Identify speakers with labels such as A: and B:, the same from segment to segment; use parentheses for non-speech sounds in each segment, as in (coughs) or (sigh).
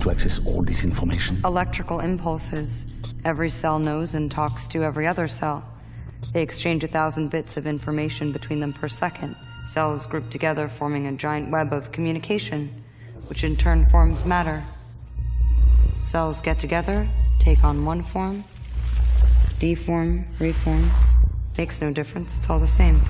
A: process all this information?
B: Electrical impulses. Every cell knows and talks to every other cell. They exchange a thousand bits of information between them per second. Cells group together, forming a giant web of communication, which in turn forms matter. Cells get together, take on one form, deform, reform. Makes no difference, it's all the same.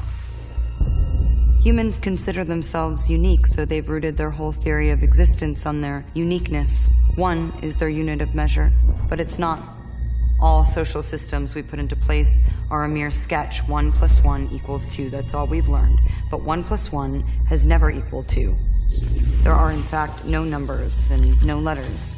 B: Humans consider themselves unique, so they've rooted their whole theory of existence on their uniqueness. One is their unit of measure, but it's not. All social systems we put into place are a mere sketch. One plus one equals two. That's all we've learned. But one plus one has never equaled two. There are, in fact, no numbers and no letters.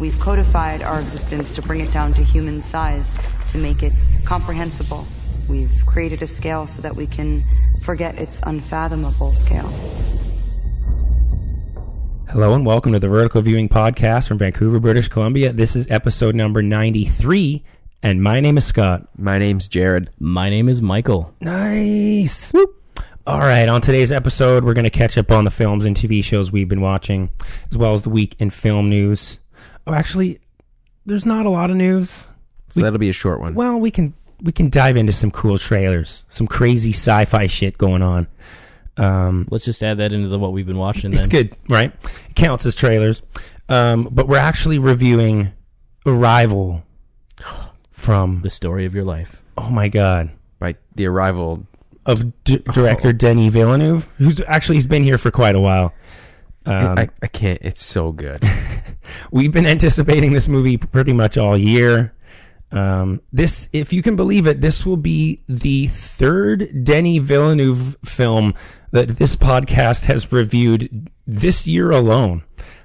B: We've codified our existence to bring it down to human size, to make it comprehensible. We've created a scale so that we can forget its unfathomable scale.
C: Hello and welcome to the Vertical Viewing Podcast from Vancouver, British Columbia. This is episode number 93, and my name is Scott.
D: My name's Jared.
E: My name is Michael.
C: Nice. Woo. All right, on today's episode, we're going to catch up on the films and TV shows we've been watching, as well as the week in film news. Oh, actually, there's not a lot of news.
D: So that'll be a short one.
C: Well, we can we can dive into some cool trailers, some crazy sci-fi shit going on. Um,
E: Let's just add that into the what we've been watching.
C: it's
E: then.
C: good, right? It counts as trailers. Um, but we're actually reviewing Arrival from
E: The story of your life.
C: oh my god
D: By the arrival,
C: of d- director Denis Villeneuve, who's actually he's been here for quite a while.
E: Um,
D: I, I can't. It's so
E: (laughs)
D: good.
C: We've been (laughs) anticipating this movie pretty much all year. Um, this, if you can believe it, this will be the third Denis Villeneuve film that this podcast has reviewed this year alone.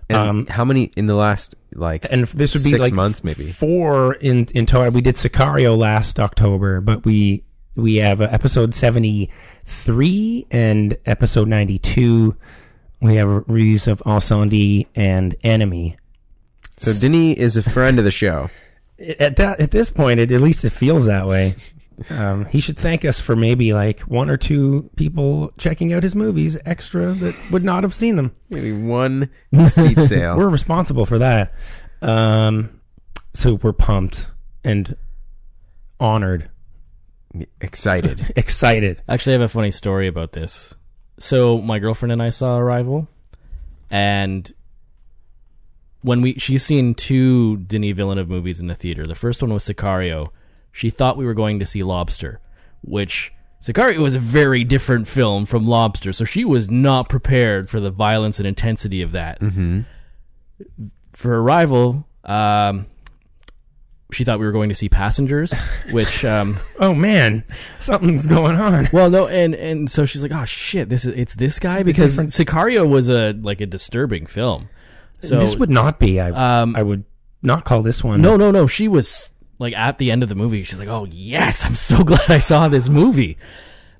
D: And
E: Um,
D: how many in the last like?
C: and this would be
D: Six
C: like
D: months, maybe.
C: four in in total. We did Sicario last October, but we we have uh, episode seventy three and episode ninety two. We have reviews of Encendi and Enemy.
D: so Denis is a friend of the show.
C: At that at this point, it, at least it feels that way.
D: (laughs)
C: Um, he should thank us for maybe like one or two people checking out his movies extra that would not have seen them.
D: Maybe
E: (laughs)
D: one seat sale.
C: We're responsible for that. Um, so we're pumped and honored,
D: excited.
C: excited.
E: Actually, I have a funny story about this. So my girlfriend and I saw Arrival, and when we she's seen two Denis Villeneuve movies in the theater. The first one was Sicario. She thought we were going to see Lobster, which Sicario was a very different film from Lobster, so she was not prepared for the violence and intensity of that. For Arrival, um, she thought we were going to see Passengers, which. Um,
C: Oh man, something's going on.
E: Well, no, and and so she's like, oh shit, this is it's this guy because Sicario was a like a disturbing film. So
C: this would not be. I
E: Um,
C: I would not call this one.
E: no, no, no. She was like at the end of the movie, she's like, oh yes, I'm so (laughs) glad I saw this movie.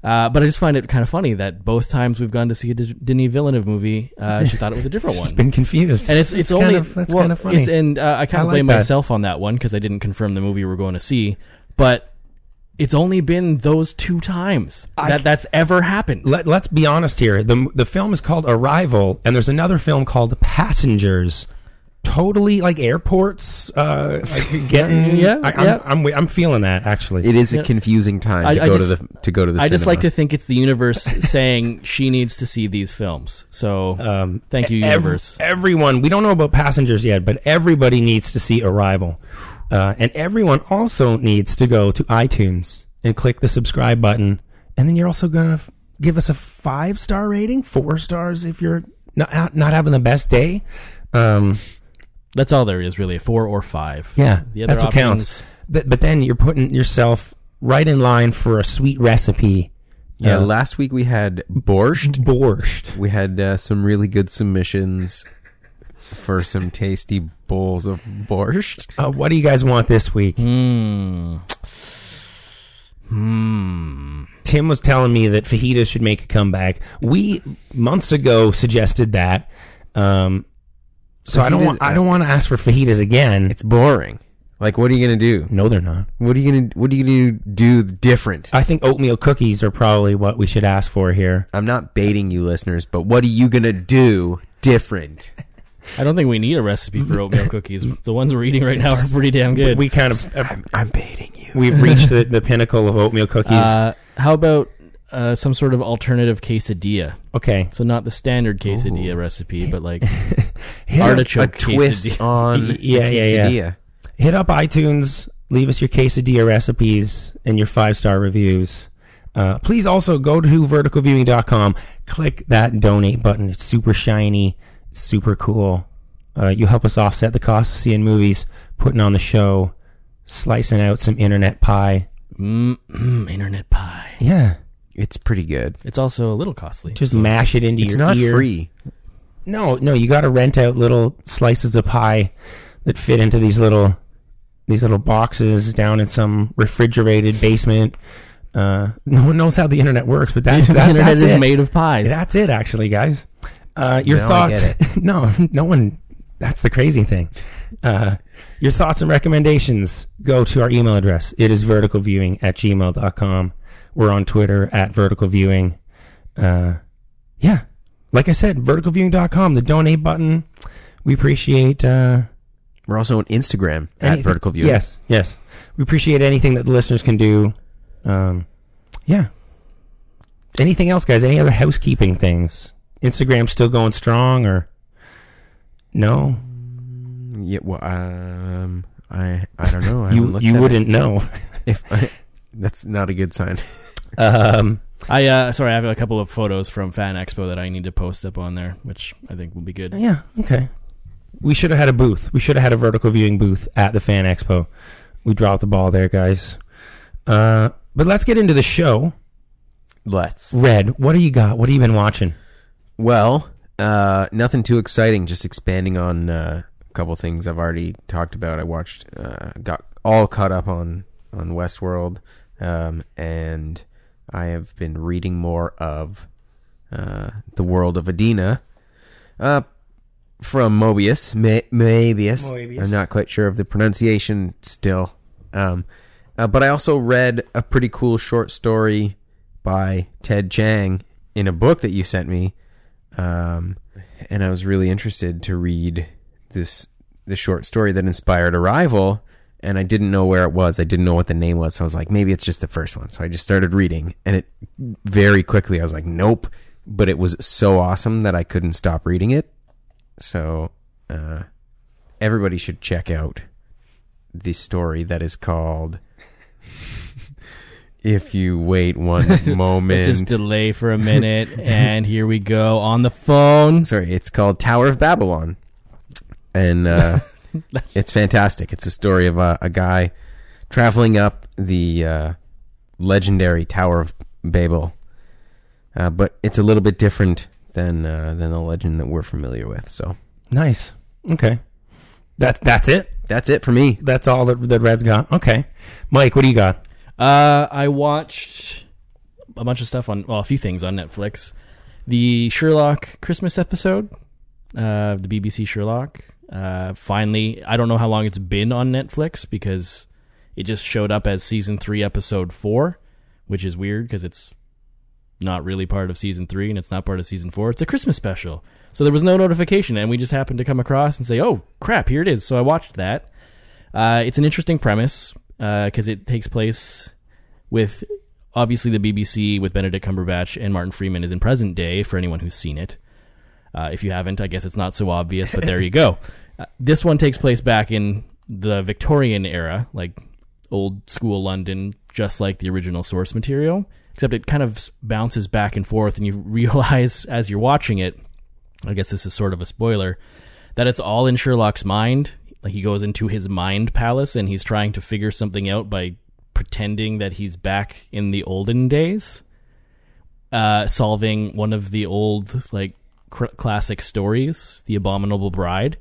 E: Uh, but I just find it kind of funny that both times we've gone to see a D- Denis Villeneuve movie,
C: (laughs)
E: uh, she thought it was a different one.
C: been confused.
E: and it's it's
C: That's
E: only
C: kind of, that's
E: well,
C: kind of funny.
E: It's, and uh, I
C: I
E: kind of
C: like
E: blame
C: that.
E: myself on that one because I didn't confirm the movie we were going to see, but. It's only been those two times that that's ever happened.
C: Let, let's be honest here. the The film is called Arrival, and there's another film called Passengers. Totally like airports,
E: (laughs)
C: uh, like getting
E: Yeah,
C: I, I'm,
E: yeah.
C: I'm, wi- I'm feeling that actually.
D: It is a confusing time
E: I-
D: to
E: I
D: go to
E: just-
D: the to go to the.
E: I just
D: cinema.
E: like to think it's
C: (laughs)
E: the universe saying she needs to see these films. So thank you,
C: Um, e-, Ev-
E: universe.
C: everyone, we don't know about passengers yet, but everybody needs to see Arrival. Uh, and everyone also needs to go to iTunes and click the subscribe button. And then you're also going to f- give us a five star rating, four stars if you're not, not having the best day. Um,
E: That's all there is, really. A four or five.
C: yeah,
E: The other
C: that's what counts.
E: options.
C: But, but then you're putting yourself right in line for a sweet recipe Uh,
D: Yeah, last week we had borscht.
C: borscht.
D: We had uh, some really good submissions for some tasty bowls of borscht.
C: Uh, what do you guys want this week?
E: Hmm. Hmm.
C: Tim was telling me that fajitas should make a comeback. We months ago suggested that. Um, so I don't
D: Fajitas-
C: want I don't want to ask for fajitas again.
D: It's boring. Like, what are you gonna do?
C: no, they're not.
D: What are you gonna What are you gonna do different?
C: I think oatmeal cookies are probably what we should ask for here. (laughs)
D: I'm not baiting you, listeners, but what are you gonna do different?
E: I don't think we need a recipe for oatmeal cookies. The ones we're eating right now are pretty damn good.
C: We kind of
D: I'm, I'm baiting you.
C: we've
D: (laughs)
C: reached the, the pinnacle of oatmeal cookies.
E: uh, how about uh, some sort of alternative quesadilla?
C: okay,
E: So not the standard quesadilla recipe, but like (laughs)
D: a
E: artichoke
D: twist (laughs)
E: quesadilla.
D: on
C: Y- yeah, yeah, yeah.
D: quesadilla.
C: hit up iTunes, leave us your quesadilla recipes and your five star reviews. Uh, please also go to verticalviewing.com, click that donate button. It's super shiny, super cool. Uh, you help us offset the cost of seeing movies, putting on the show, slicing out some internet pie.
E: Mm, mm, internet pie.
C: Yeah,
D: It's pretty good.
E: It's also a little costly.
C: just mash it into
D: It's
C: your
D: not
C: ear.
D: free.
C: No, no, you got to rent out little slices of pie that fit into these little these little boxes down in some refrigerated basement. Uh, (laughs) no one knows how the internet works, but that's
E: (laughs) the
C: that,
E: internet
C: that's
E: is
C: it.
E: made of pies.
C: That's it, actually, guys. Uh, your
D: Now I
C: thoughts? (laughs)
D: get
C: no, no one. That's the crazy thing. Uh, your thoughts and recommendations go to our email address. It is verticalviewing at gmail.com. We're on Twitter at verticalviewing. Uh, yeah. Like I said, verticalviewing.com, the donate button. We appreciate. Uh,
D: We're also on Instagram at
C: anything-
D: Vertical View.
C: Yes, yes. We appreciate anything that the listeners can do. Um, yeah. Anything else, guys? Any other housekeeping things? Instagram still going strong, or no?
D: Yeah. Well, um, I I don't know. I haven't
C: You
D: looked
C: you
D: at it.
C: wouldn't know.
D: (laughs) If I, that's not a good sign. (laughs)
C: Um,
E: I uh, sorry, I have a couple of photos from Fan Expo that I need to post up on there, which I think will be good.
C: yeah, okay. We should have had a booth. We should have had a vertical viewing booth at the Fan Expo. We dropped the ball there, guys. Uh, but let's get into the show.
D: Let's.
C: Red, what do you got? What have you been watching?
D: Well, uh, nothing too exciting. Just expanding on uh, a couple things I've already talked about. I watched, uh, got all caught up on on Westworld, um, and I have been reading more of uh, the world of Adina. Uh, from Mobius, Ma- Moebius.
C: Moebius.
D: I'm not quite sure of the pronunciation still. Um, uh, but I also read a pretty cool short story by Ted Chang in a book that you sent me, um, and I was really interested to read this the short story that inspired Arrival. And I didn't know where it was. I didn't know what the name was. So I was like, maybe it's just the first one. So I just started reading, and it very quickly I was like, nope. But it was so awesome that I couldn't stop reading it. So uh, everybody should check out the story that is called (laughs) "If You Wait One Moment."
E: Let's just delay for a minute, and here we go on the phone.
D: Sorry, it's called Tower of Babylon, and
E: (laughs)
D: uh, it's fantastic. It's a story of a, a guy traveling up the uh, legendary Tower of Babel, uh, but it's a little bit different than uh, than the legend that we're familiar with. So
C: Nice. Okay. That that's it.
D: that's it for me.
C: That's all that that Red's got. Okay, Mike, what do you got?
E: Uh, I watched a bunch of stuff on, well, a few things on Netflix. The Sherlock Christmas episode, uh, of the BBC Sherlock. Uh, finally, I don't know how long it's been on Netflix because it just showed up as season three, episode four, which is weird because it's not really part of season three and it's not part of season four. It's a Christmas special. So there was no notification, and we just happened to come across and say, oh, crap, here it is. So I watched that. Uh, it's an interesting premise because it takes place with obviously the BBC with Benedict Cumberbatch and Martin Freeman is in present day for anyone who's seen it. Uh, if you haven't, I guess it's not so obvious, but there you go. Uh, this one takes place back in the Victorian era, like old school London, just like the original source material, except it kind of s- bounces back and forth, and you (laughs) realize as you're watching it, I guess this is sort of a spoiler, that it's all in Sherlock's mind. Like he goes into his mind palace and he's trying to figure something out by pretending that he's back in the olden days, uh, solving one of the old like cr- classic stories, The Abominable Bride.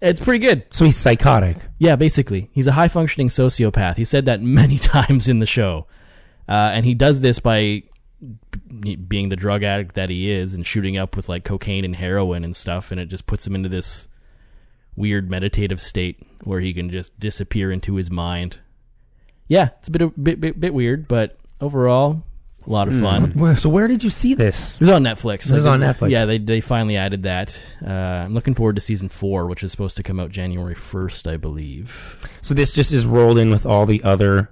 E: It's pretty good.
C: So he's psychotic.
E: Yeah, basically, he's a high functioning sociopath. He said that (laughs) many times in the show, uh, and he does this by b- being the drug addict that he is and shooting up with like cocaine and heroin and stuff, and it just puts him into this weird meditative state where he can just disappear into his mind. Yeah, it's a bit a bit bit, bit weird, but overall, a lot of fun.
C: Where- So where did you see this?
E: It was on Netflix.
C: Hmm. It was
E: Like,
C: on Netflix.
E: Yeah, they they finally added that. Uh, I'm looking forward to season four, which is supposed to come out January 1st, I believe.
C: So this just is rolled in with all the other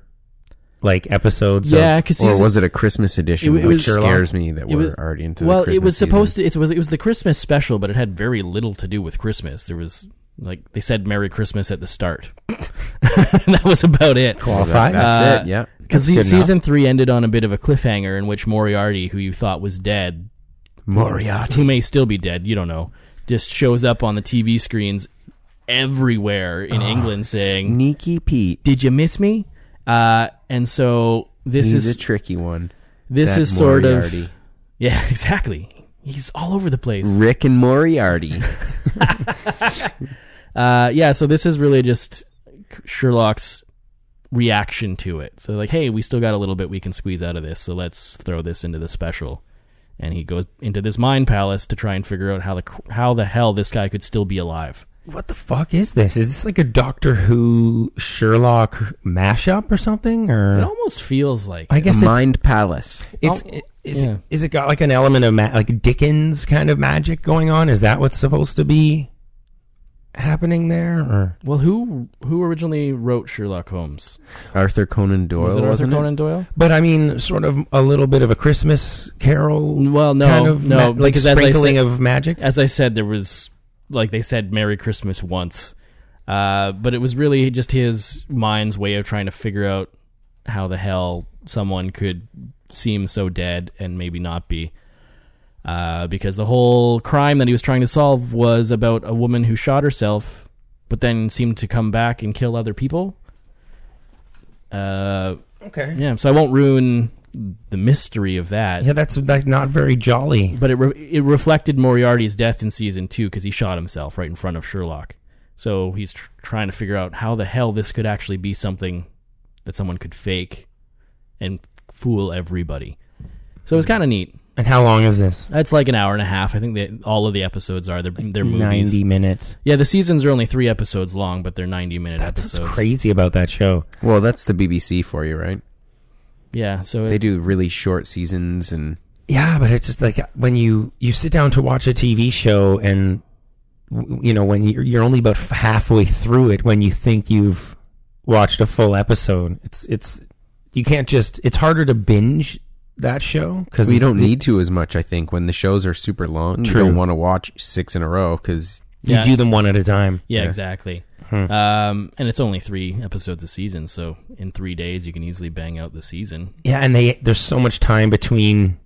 C: like episodes. of-
E: yeah, because
D: or was it a Christmas edition?
E: It- it
D: which
E: was- uh,
D: scares me that
E: it
D: we're
E: was-
D: already into.
E: well,
D: the Christmas
E: it was supposed
D: season.
E: to. It was it was the Christmas special, but it had very little to do with Christmas. There was like they said Merry Christmas at the start. (laughs) that was about it.
C: qualified.
D: That's
E: Uh,
D: it. Yeah.
E: Because
C: good
E: season three ended on a bit of a cliffhanger in which Moriarty, who you thought was dead,
D: Moriarty.
E: who may still be dead, you don't know, just shows up on the TV screens everywhere in
D: Ah,
E: England saying,
D: Sneaky Pete.
E: "Did you miss me?" Uh, and so this
D: He's
E: is
D: a tricky one.
E: this
D: that
E: is sort of
D: Moriarty.
E: (laughs) yeah, exactly. He's all over the place.
D: Rick and Moriarty.
E: Uh, yeah, so this is really just Sherlock's reaction to it. So like, hey, we still got a little bit we can squeeze out of this, so let's throw this into the special. And he goes into this mind palace to try and figure out how the cr- how the hell this guy could still be alive.
C: (laughs) What the fuck is this? Is this like a Doctor Who Sherlock mashup or something? Or
E: It almost feels like
C: I guess it's
D: Mind Palace.
C: it's
E: Oh,
C: is,
E: yeah.
C: is it got like an element of ma- like Dickens kind of magic going on? Is that what's supposed to be happening there? Or
E: well, who who originally wrote Sherlock Holmes?
D: Arthur Conan Doyle.
E: Was it Arthur
D: wasn't
E: Conan Doyle?
C: but I mean, sort of a little bit of a Christmas Carol.
E: Well, no,
C: kind of
E: no,
C: ma- like
E: because as I
C: sprinkling
E: said-
C: of magic.
E: As I said, there was like they said Merry Christmas once. Uh, but it was really just his mind's way of trying to figure out how the hell someone could seem so dead and maybe not be. Uh, because the whole crime that he was trying to solve was about a woman who shot herself, but then seemed to come back and kill other people. Uh,
C: Okay.
E: yeah, so I won't ruin the mystery of that
C: Yeah, that's like not very jolly.
E: but it re- it reflected Moriarty's death in season two because he shot himself right in front of Sherlock. So he's tr- trying to figure out how the hell this could actually be something that someone could fake and fool everybody. So it was kind of neat.
C: And how long is this?
E: It's like an hour and a half. I think that all of the episodes are they're, they're movies.
C: Ninety minute.
E: Yeah, the seasons are only three episodes long, but they're ninety minute
C: That's
E: episodes.
C: crazy about that show.
D: it? Well, that's the BBC for you, right?
E: Yeah, so
D: They
E: it,
D: do really short seasons and
C: Yeah, but it's just like when you you sit down to watch a TV show and w- you know when you're, you're only about f- halfway through it when you think you've watched a full episode. It's it's you can't just it's harder to binge that show cuz
D: we don't need to as much. I think when the shows are super long,
C: True.
D: you don't want to watch six in a row because
C: you
E: Yeah.
C: do them one at a time.
E: yeah, exactly.
C: Hmm.
E: Um, and it's only three episodes a season, so in three days you can easily bang out the season.
C: Yeah, and they there's so much time between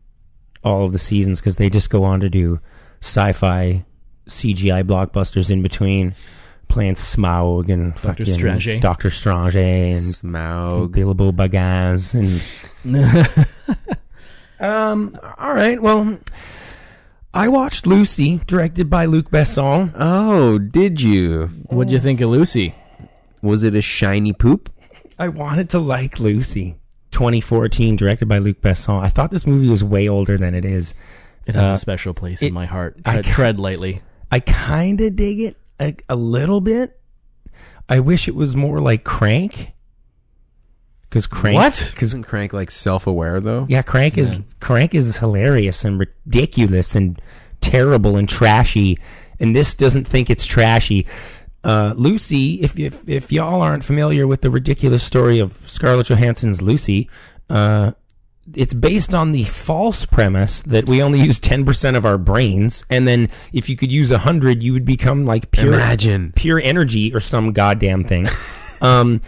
C: all of the seasons because they just go on to do sci-fi CGI blockbusters in between, playing Smaug and
E: Dr.
C: fucking
E: Strange.
C: Doctor Strange and
D: Smaug.
C: Bilbo Bagaz and. um. All right. Well, I watched Lucy, directed by Luc Besson.
D: Oh, did you?
E: What'd you think of Lucy?
D: Was it a shiny poop?
C: I wanted to like Lucy. 2014, directed by Luc Besson. I thought this movie was way older than it is.
E: It has
C: Uh,
E: a special place
C: it-
E: in my heart.
C: I
E: Tread,
C: ca-
E: tread lightly.
C: I kind of dig it a, a little bit. I wish it was more like Crank. Because Crank.
E: What?
C: Because
D: Isn't Crank like self-aware though?
C: yeah, Crank is Crank is hilarious and ridiculous and terrible and trashy. And this doesn't think it's trashy. Uh, Lucy, if, if if y'all aren't familiar with the ridiculous story of Scarlett Johansson's Lucy, uh, it's based on the false premise that we only use ten percent of our brains, and then if you could use hundred, you would become like pure
D: Imagine.
C: pure energy or some goddamn thing. um,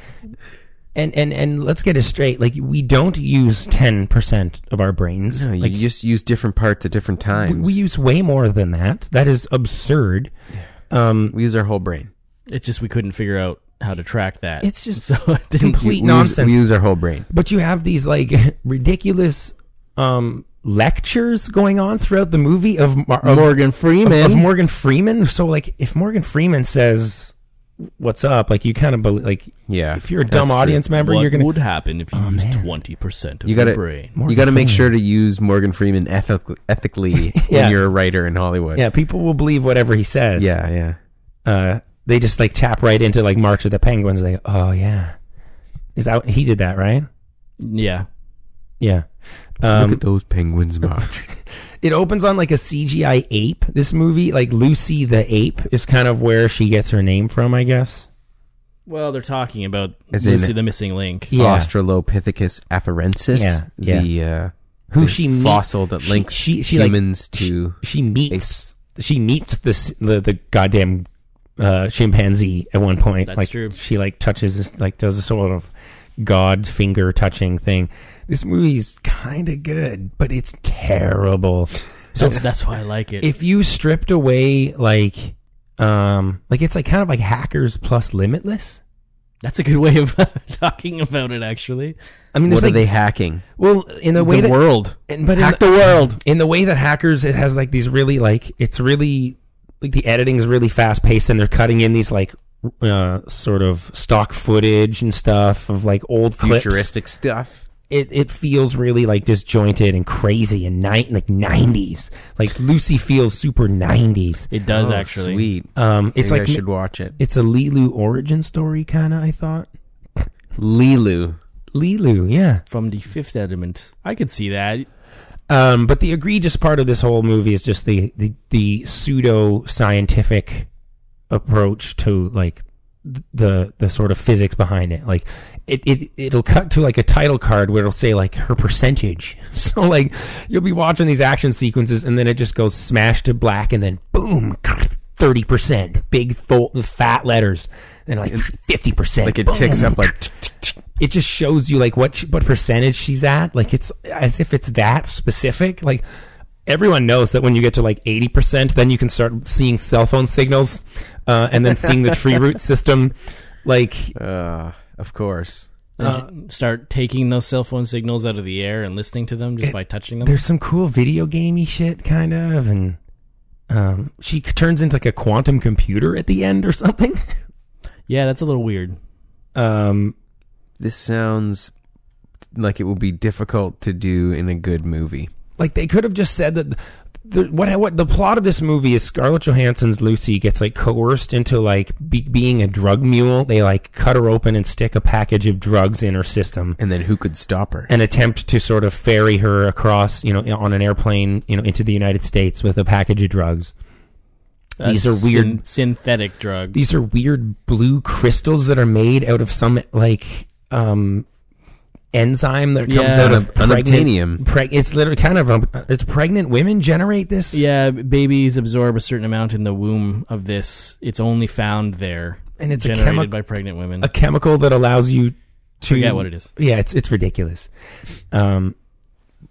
C: and and and let's get it straight. Like we don't use ten percent of our brains.
D: No, you
C: like
D: just use different parts at different
C: we,
D: times.
C: we use way more than that. That is absurd. Um,
D: We use our whole brain.
E: It's just we couldn't figure out how to track that.
C: It's just (laughs)
E: so it didn't.
C: complete
D: We
C: nonsense.
D: Use, we use our whole brain.
C: but you have these like (laughs) ridiculous um lectures going on throughout the movie of, Mar- of
E: Morgan Freeman.
C: of, of Morgan Freeman. So like, if Morgan Freeman says, "What's up?" Like you kind of believe, like,
D: Yeah,
C: If you're a
D: that's
C: dumb
D: true.
C: audience member,
E: what
C: you're gonna Oh,
E: would happen if you used twenty percent of
D: You
E: your
D: gotta,
E: brain?
C: Morgan
D: you gotta make
C: Freeman.
D: sure to use Morgan Freeman ethically,
C: (laughs)
D: ethically
C: Yeah.
D: when you're a writer in Hollywood.
C: yeah, people will believe whatever he says.
D: yeah, yeah.
C: uh, they just like tap right into like March of the Penguins. They go, oh yeah, is that he did that right?
E: Yeah,
C: Yeah. Um,
D: Look at those penguins march.
C: it opens on like a CGI ape. This movie, like Lucy the ape, is kind of where she gets her name from, I guess.
E: Well, they're talking about
D: As in-
E: Lucy the Missing Link.
C: (laughs)
E: Oh,
C: Yeah.
D: Australopithecus afarensis.
C: Yeah, yeah.
D: The uh,
C: Who
D: the
C: she meet-
D: fossil that
C: she-
D: links
C: she- she, like,
D: humans to
C: she, she meets
D: apes.
C: she meets this the the goddamn uh, chimpanzee at one point.
E: That's
C: like
E: true.
C: she like touches this like does a sort of god finger touching thing. This movie's kind of good, but it's
D: (laughs)
C: terrible. So
E: That's, that's why I like it.
C: if you stripped away like um like it's like kind of like hackers plus limitless.
E: that's a good way of (laughs) talking about it, actually.
C: I mean,
D: What
C: there's
D: are
C: like
D: they hacking?
C: well in the way
E: the
C: that
E: world.
C: and- but in
E: Hack the world.
C: in the way that hackers it has like these really like it's really like the editing is really fast paced and they're cutting in these like uh, sort of stock footage and stuff of like old clips.
D: Futuristic stuff.
C: It it feels really like disjointed and crazy and night like nineties. Like Lucy feels super nineties.
E: It does,
D: Oh,
E: actually.
D: sweet.
C: Um, it's
D: Maybe
C: like
D: I should watch it.
C: it's a Lilu origin story kind of. I thought
D: Lilu.
C: Lilu, yeah.
E: From the fifth element. I could see that.
C: Um, but the egregious part of this whole movie is just the the, the pseudo scientific approach to like th- the the sort of physics behind it. Like it, it it'll cut to like a title card where it'll say like her percentage. (laughs) So like you'll be watching these action sequences and then it just goes smash to black and then boom. 30% big fo- fat letters and like 50%
D: Like it ticks up like. tick, tick, tick.
C: it just shows you like what she, what percentage she's at. Like it's as if it's that specific. Like everyone knows that when you get to like eighty percent, then you can start seeing cell phone signals, uh, and then seeing the tree root system. Like
D: Uh, of course.
C: Uh,
E: And start taking those cell phone signals out of the air and listening to them just by touching them.
C: there's some cool video gamey shit kind of, and um, she c- turns into like a quantum computer at the end or something. (laughs)
E: Yeah, that's a little weird.
C: Um,
D: This sounds like it will be difficult to do in a good movie.
C: Like they could have just said that. The, what what the plot of this movie is Scarlett Johansson's Lucy gets like coerced into like be, being a drug mule. They like cut her open and stick a package of drugs in her system
D: And then who could stop her?
C: and attempt to sort of ferry her across, you know, on an airplane, you know, into the United States with a package of drugs. These
E: Uh,
C: are weird-
E: synthetic drugs.
C: These are weird blue crystals that are made out of some like um enzyme that comes
E: Yeah.
C: out of pregnant-
D: Unobtainium.
C: preg- it's literally kind of um, it's pregnant women generate this.
E: Yeah, babies absorb a certain amount in the womb of this. It's only found there,
C: And it's a
E: generated
C: chemi-
E: by pregnant women.
C: a chemical that allows you to
E: Forget what it is.
C: Yeah, it's it's ridiculous. Um,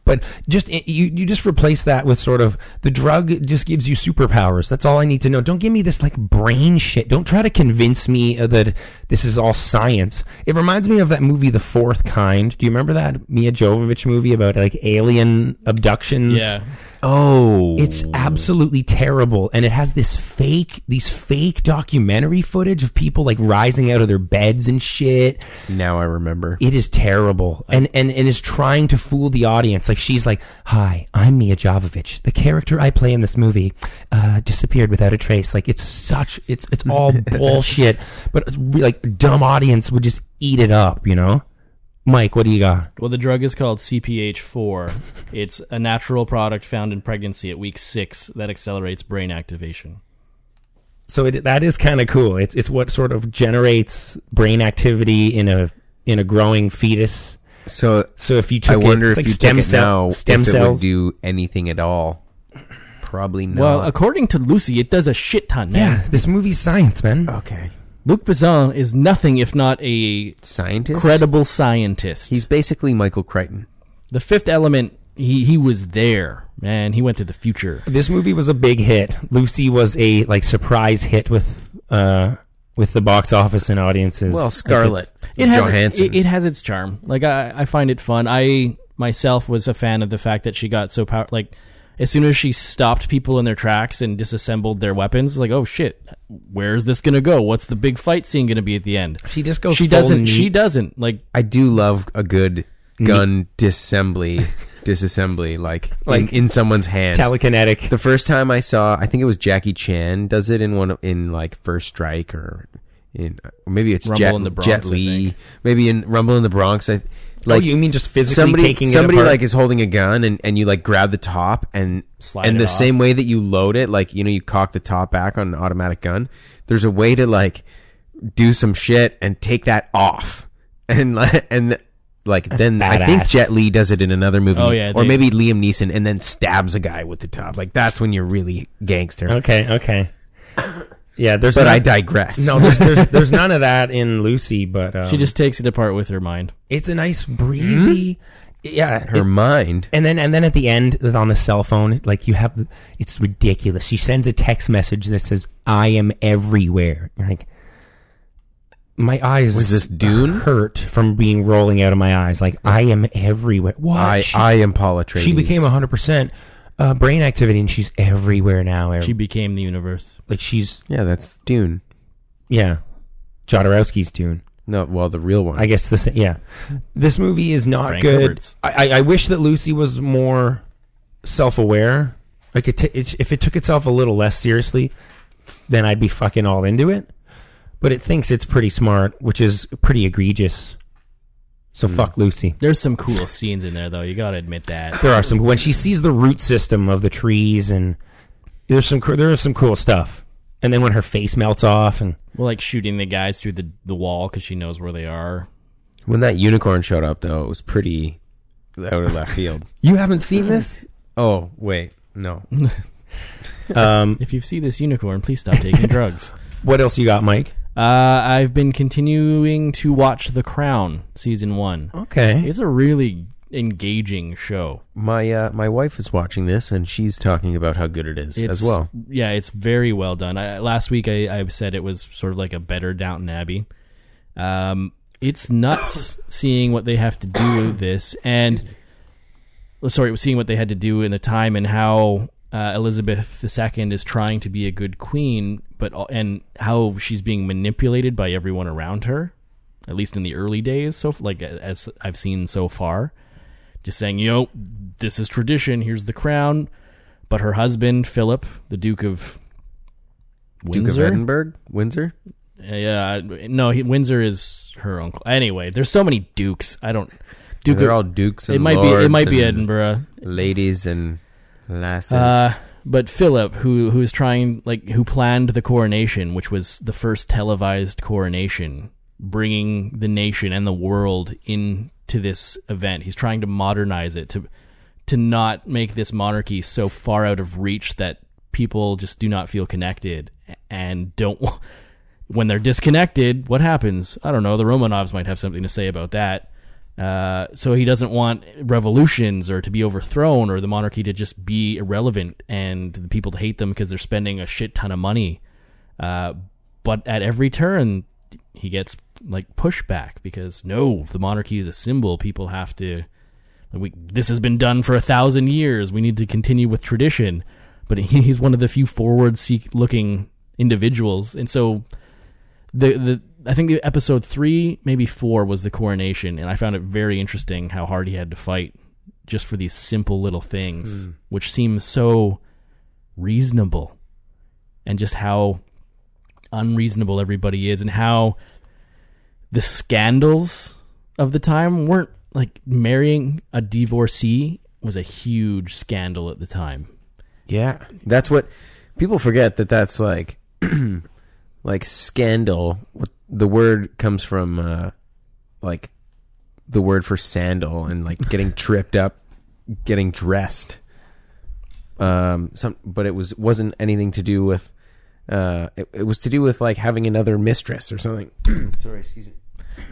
C: but just i- you you just replace that with sort of the drug just gives you superpowers. That's all I need to know. Don't give me this like brain shit. Don't try to convince me uh, that this is all science. It reminds me of that movie The Fourth Kind. Do you remember that Mia Jovovich movie about like alien abductions?
E: yeah,
D: Oh,
C: It's absolutely terrible, and it has this fake, these fake documentary footage of people like rising out of their beds and shit.
D: now I remember.
C: It is terrible, and and and is trying to fool the audience. Like she's like, "Hi, I'm Mia Jovovich. The character I play in this movie uh, disappeared without a trace." Like it's such, it's it's all bullshit. But it's re- like dumb audience would just eat it up, you know. Mike, what do you got?
E: Well, the drug is called
C: (laughs)
E: CPH4. it's a natural product found in pregnancy at week six that accelerates brain activation.
C: So it, that is kind of cool. It's it's what sort of generates brain activity in a in a growing fetus.
D: So
C: So if you took
D: I wonder
C: it, it's
D: if
C: like
D: you
C: stem
D: took
C: cell
D: it now,
C: stem
D: if it would
C: cells.
D: do anything at all. Probably not.
E: Well, according to Lucy, it does a shit ton, man.
C: yeah, this movie's science, man.
D: okay.
E: Luc Besson is nothing if not a
D: Scientist.
E: credible scientist.
D: He's basically Michael Crichton.
E: the fifth element, he, he was there, man. He went to the future.
C: This movie was a big hit. Lucy was a like surprise hit with uh with the box office and audiences.
D: Well,
C: Like,
D: Scarlett
E: it has
D: Johansson.
E: It, it has its charm. Like I, I find it fun. I myself was a fan of the fact that she got so power. Like as soon as she stopped people in their tracks and disassembled their weapons, like oh shit, where's this gonna go? What's the big fight scene gonna be at the end?
C: She just goes
E: She
C: full
E: doesn't.
C: neat.
E: She doesn't. Like
D: I do love a good gun disassembly, disassembly, like
C: Like-
D: like in, in someone's hand.
C: telekinetic.
D: the first time I saw, I think it was Jackie Chan does it in one of- in like First Strike or in or maybe it's
E: Rumble
D: Jet,
E: in the Bronx,
D: Jet
E: I
D: Li,
E: think.
D: maybe in Rumble in the Bronx. I, Like
C: oh, you mean just physically
D: somebody
C: taking it
D: somebody
C: apart?
D: like is holding a gun and, and you like grab the top and
E: Slide
D: and
E: it
D: the
E: off.
D: same way that you load it like you know you cock the top back on an automatic gun there's a way to like do some shit and take that off (laughs) and like and like then I think
C: badass.
D: Jet Li does it in another movie
E: Oh, yeah,
D: or
E: they-
D: maybe Liam Neeson and then stabs a guy with the top like that's when you're really gangster
C: okay, okay, yeah. There's
D: but
C: not-
D: I digress (laughs)
C: No, there's, there's there's none of that in Lucy, but um,
E: She just takes it apart with her mind.
C: it's a nice breezy, yeah.
D: her
C: it-
D: mind
C: and then and then at the end on the cell phone, like you have, the, it's ridiculous. She sends a text message that says, "I am everywhere." You're like, my eyes
D: Was this Dune?
C: hurt from being rolling out of my eyes. Like I am everywhere. What?
D: I
C: She-
D: I am Paul Atreides
C: she became 100% uh, brain activity and she's everywhere now ev-
E: She became the universe.
C: like she's
D: yeah that's Dune
C: yeah jodorowsky's dune
D: no well the real one
C: i guess this yeah this movie is not
E: Frank
C: good
E: Herbert's.
C: I, I I wish that lucy was more self-aware like it t- it's if it took itself a little less seriously f- then i'd be fucking all into it but it thinks it's pretty smart which is pretty egregious so fuck lucy
E: There's some cool scenes in there though. You gotta admit that.
C: there are some when she sees the root system of the trees and there's some coo- there is some cool stuff and then when her face melts off and
E: Well, like shooting the guys through the the wall because she knows where they are.
D: When that unicorn showed up, though, it was pretty out of left field.
C: you haven't seen this
D: oh, wait. No.
C: um
E: If you see this unicorn, please stop taking (laughs) drugs.
C: what else you got mike
E: Uh, I've been continuing to watch The Crown season one.
C: okay
E: It's a really engaging show.
D: My uh, my wife is watching this, and she's talking about how good it is
E: It's-
D: as well.
E: Yeah, it's very well done. I, last week I, I said it was sort of like a better Downton Abbey. Um, it's nuts (coughs) seeing what they have to do with this, and well, sorry, seeing what they had to do in the time and how uh, Elizabeth II is trying to be a good queen, but al- and how she's being manipulated by everyone around her. At least in the early days, so like as I've seen so far, just saying, you know, this is tradition. Here's the crown, but her husband Philip, the Duke of
D: Duke of
E: Windsor, Uh,
D: Edinburgh? Windsor?
E: yeah, no, he, Windsor is her uncle. Anyway, there's so many dukes. I don't. Duke.
D: They're
E: of-
D: all dukes and
E: it might be. It
D: lords
E: might be
D: and
E: Edinburgh.
D: Ladies and lasses.
E: Uh, but Philip, who who is trying like who planned the coronation, which was the first televised coronation, bringing the nation and the world into this event. He's trying to modernize it to to not make this monarchy so far out of reach that people just do not feel connected and don't. (laughs) wa- When they're disconnected, what happens? I don't know. The Romanovs might have something to say about that. Uh, so he doesn't want revolutions or to be overthrown or the monarchy to just be irrelevant and the people to hate them because they're spending a shit ton of money. Uh, but at every turn, he gets like pushback because no, the monarchy is a symbol. People have to. We, this has been done for a thousand years. We need to continue with tradition. But he, he's one of the few forward-looking individuals, and so the the I think the episode three, maybe four, was the coronation, and I found it very interesting how hard he had to fight just for these simple little things, which seem so reasonable, and just how unreasonable everybody is, and how the scandals of the time weren't like marrying a divorcee was a huge scandal at the time.
D: yeah. That's what people forget that that's like, (clears throat) like scandal. What- The word comes from, uh, like, the word for sandal and like getting tripped up, getting dressed. um some but it was wasn't anything to do with uh it, it was to do with like having another mistress or something sorry excuse me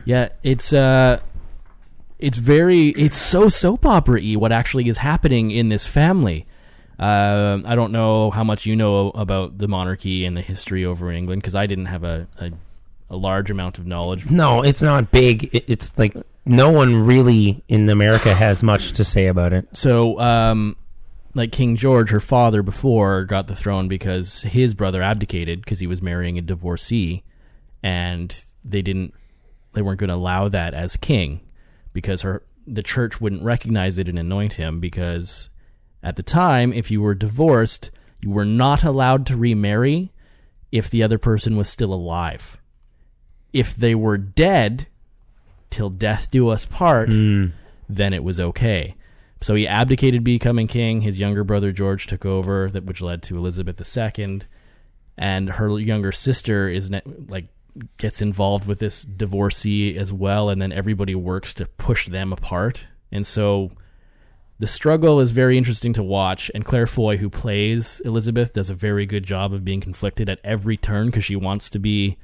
E: Yeah, it's uh it's very it's so soap opera y what actually is happening in this family. Um I don't know how much you know about the monarchy and the history over in England because I didn't have a, a a large amount of knowledge.
C: no it's not big It- it's like no one really in america has much to say about it
E: So um like King George, her father before got the throne because his brother abdicated because he was marrying a divorcee and they didn't they weren't going to allow that as king because her the church wouldn't recognize it and anoint him because at the time if you were divorced you were not allowed to remarry if the other person was still alive if they were dead till death do us part, then it was okay. So he abdicated becoming king. His younger brother George took over, that which led to Elizabeth II, and her younger sister is ne- like gets involved with this divorcee as well, and then everybody works to push them apart. And so the struggle is very interesting to watch, and Claire Foy, who plays Elizabeth, does a very good job of being conflicted at every turn because she wants to be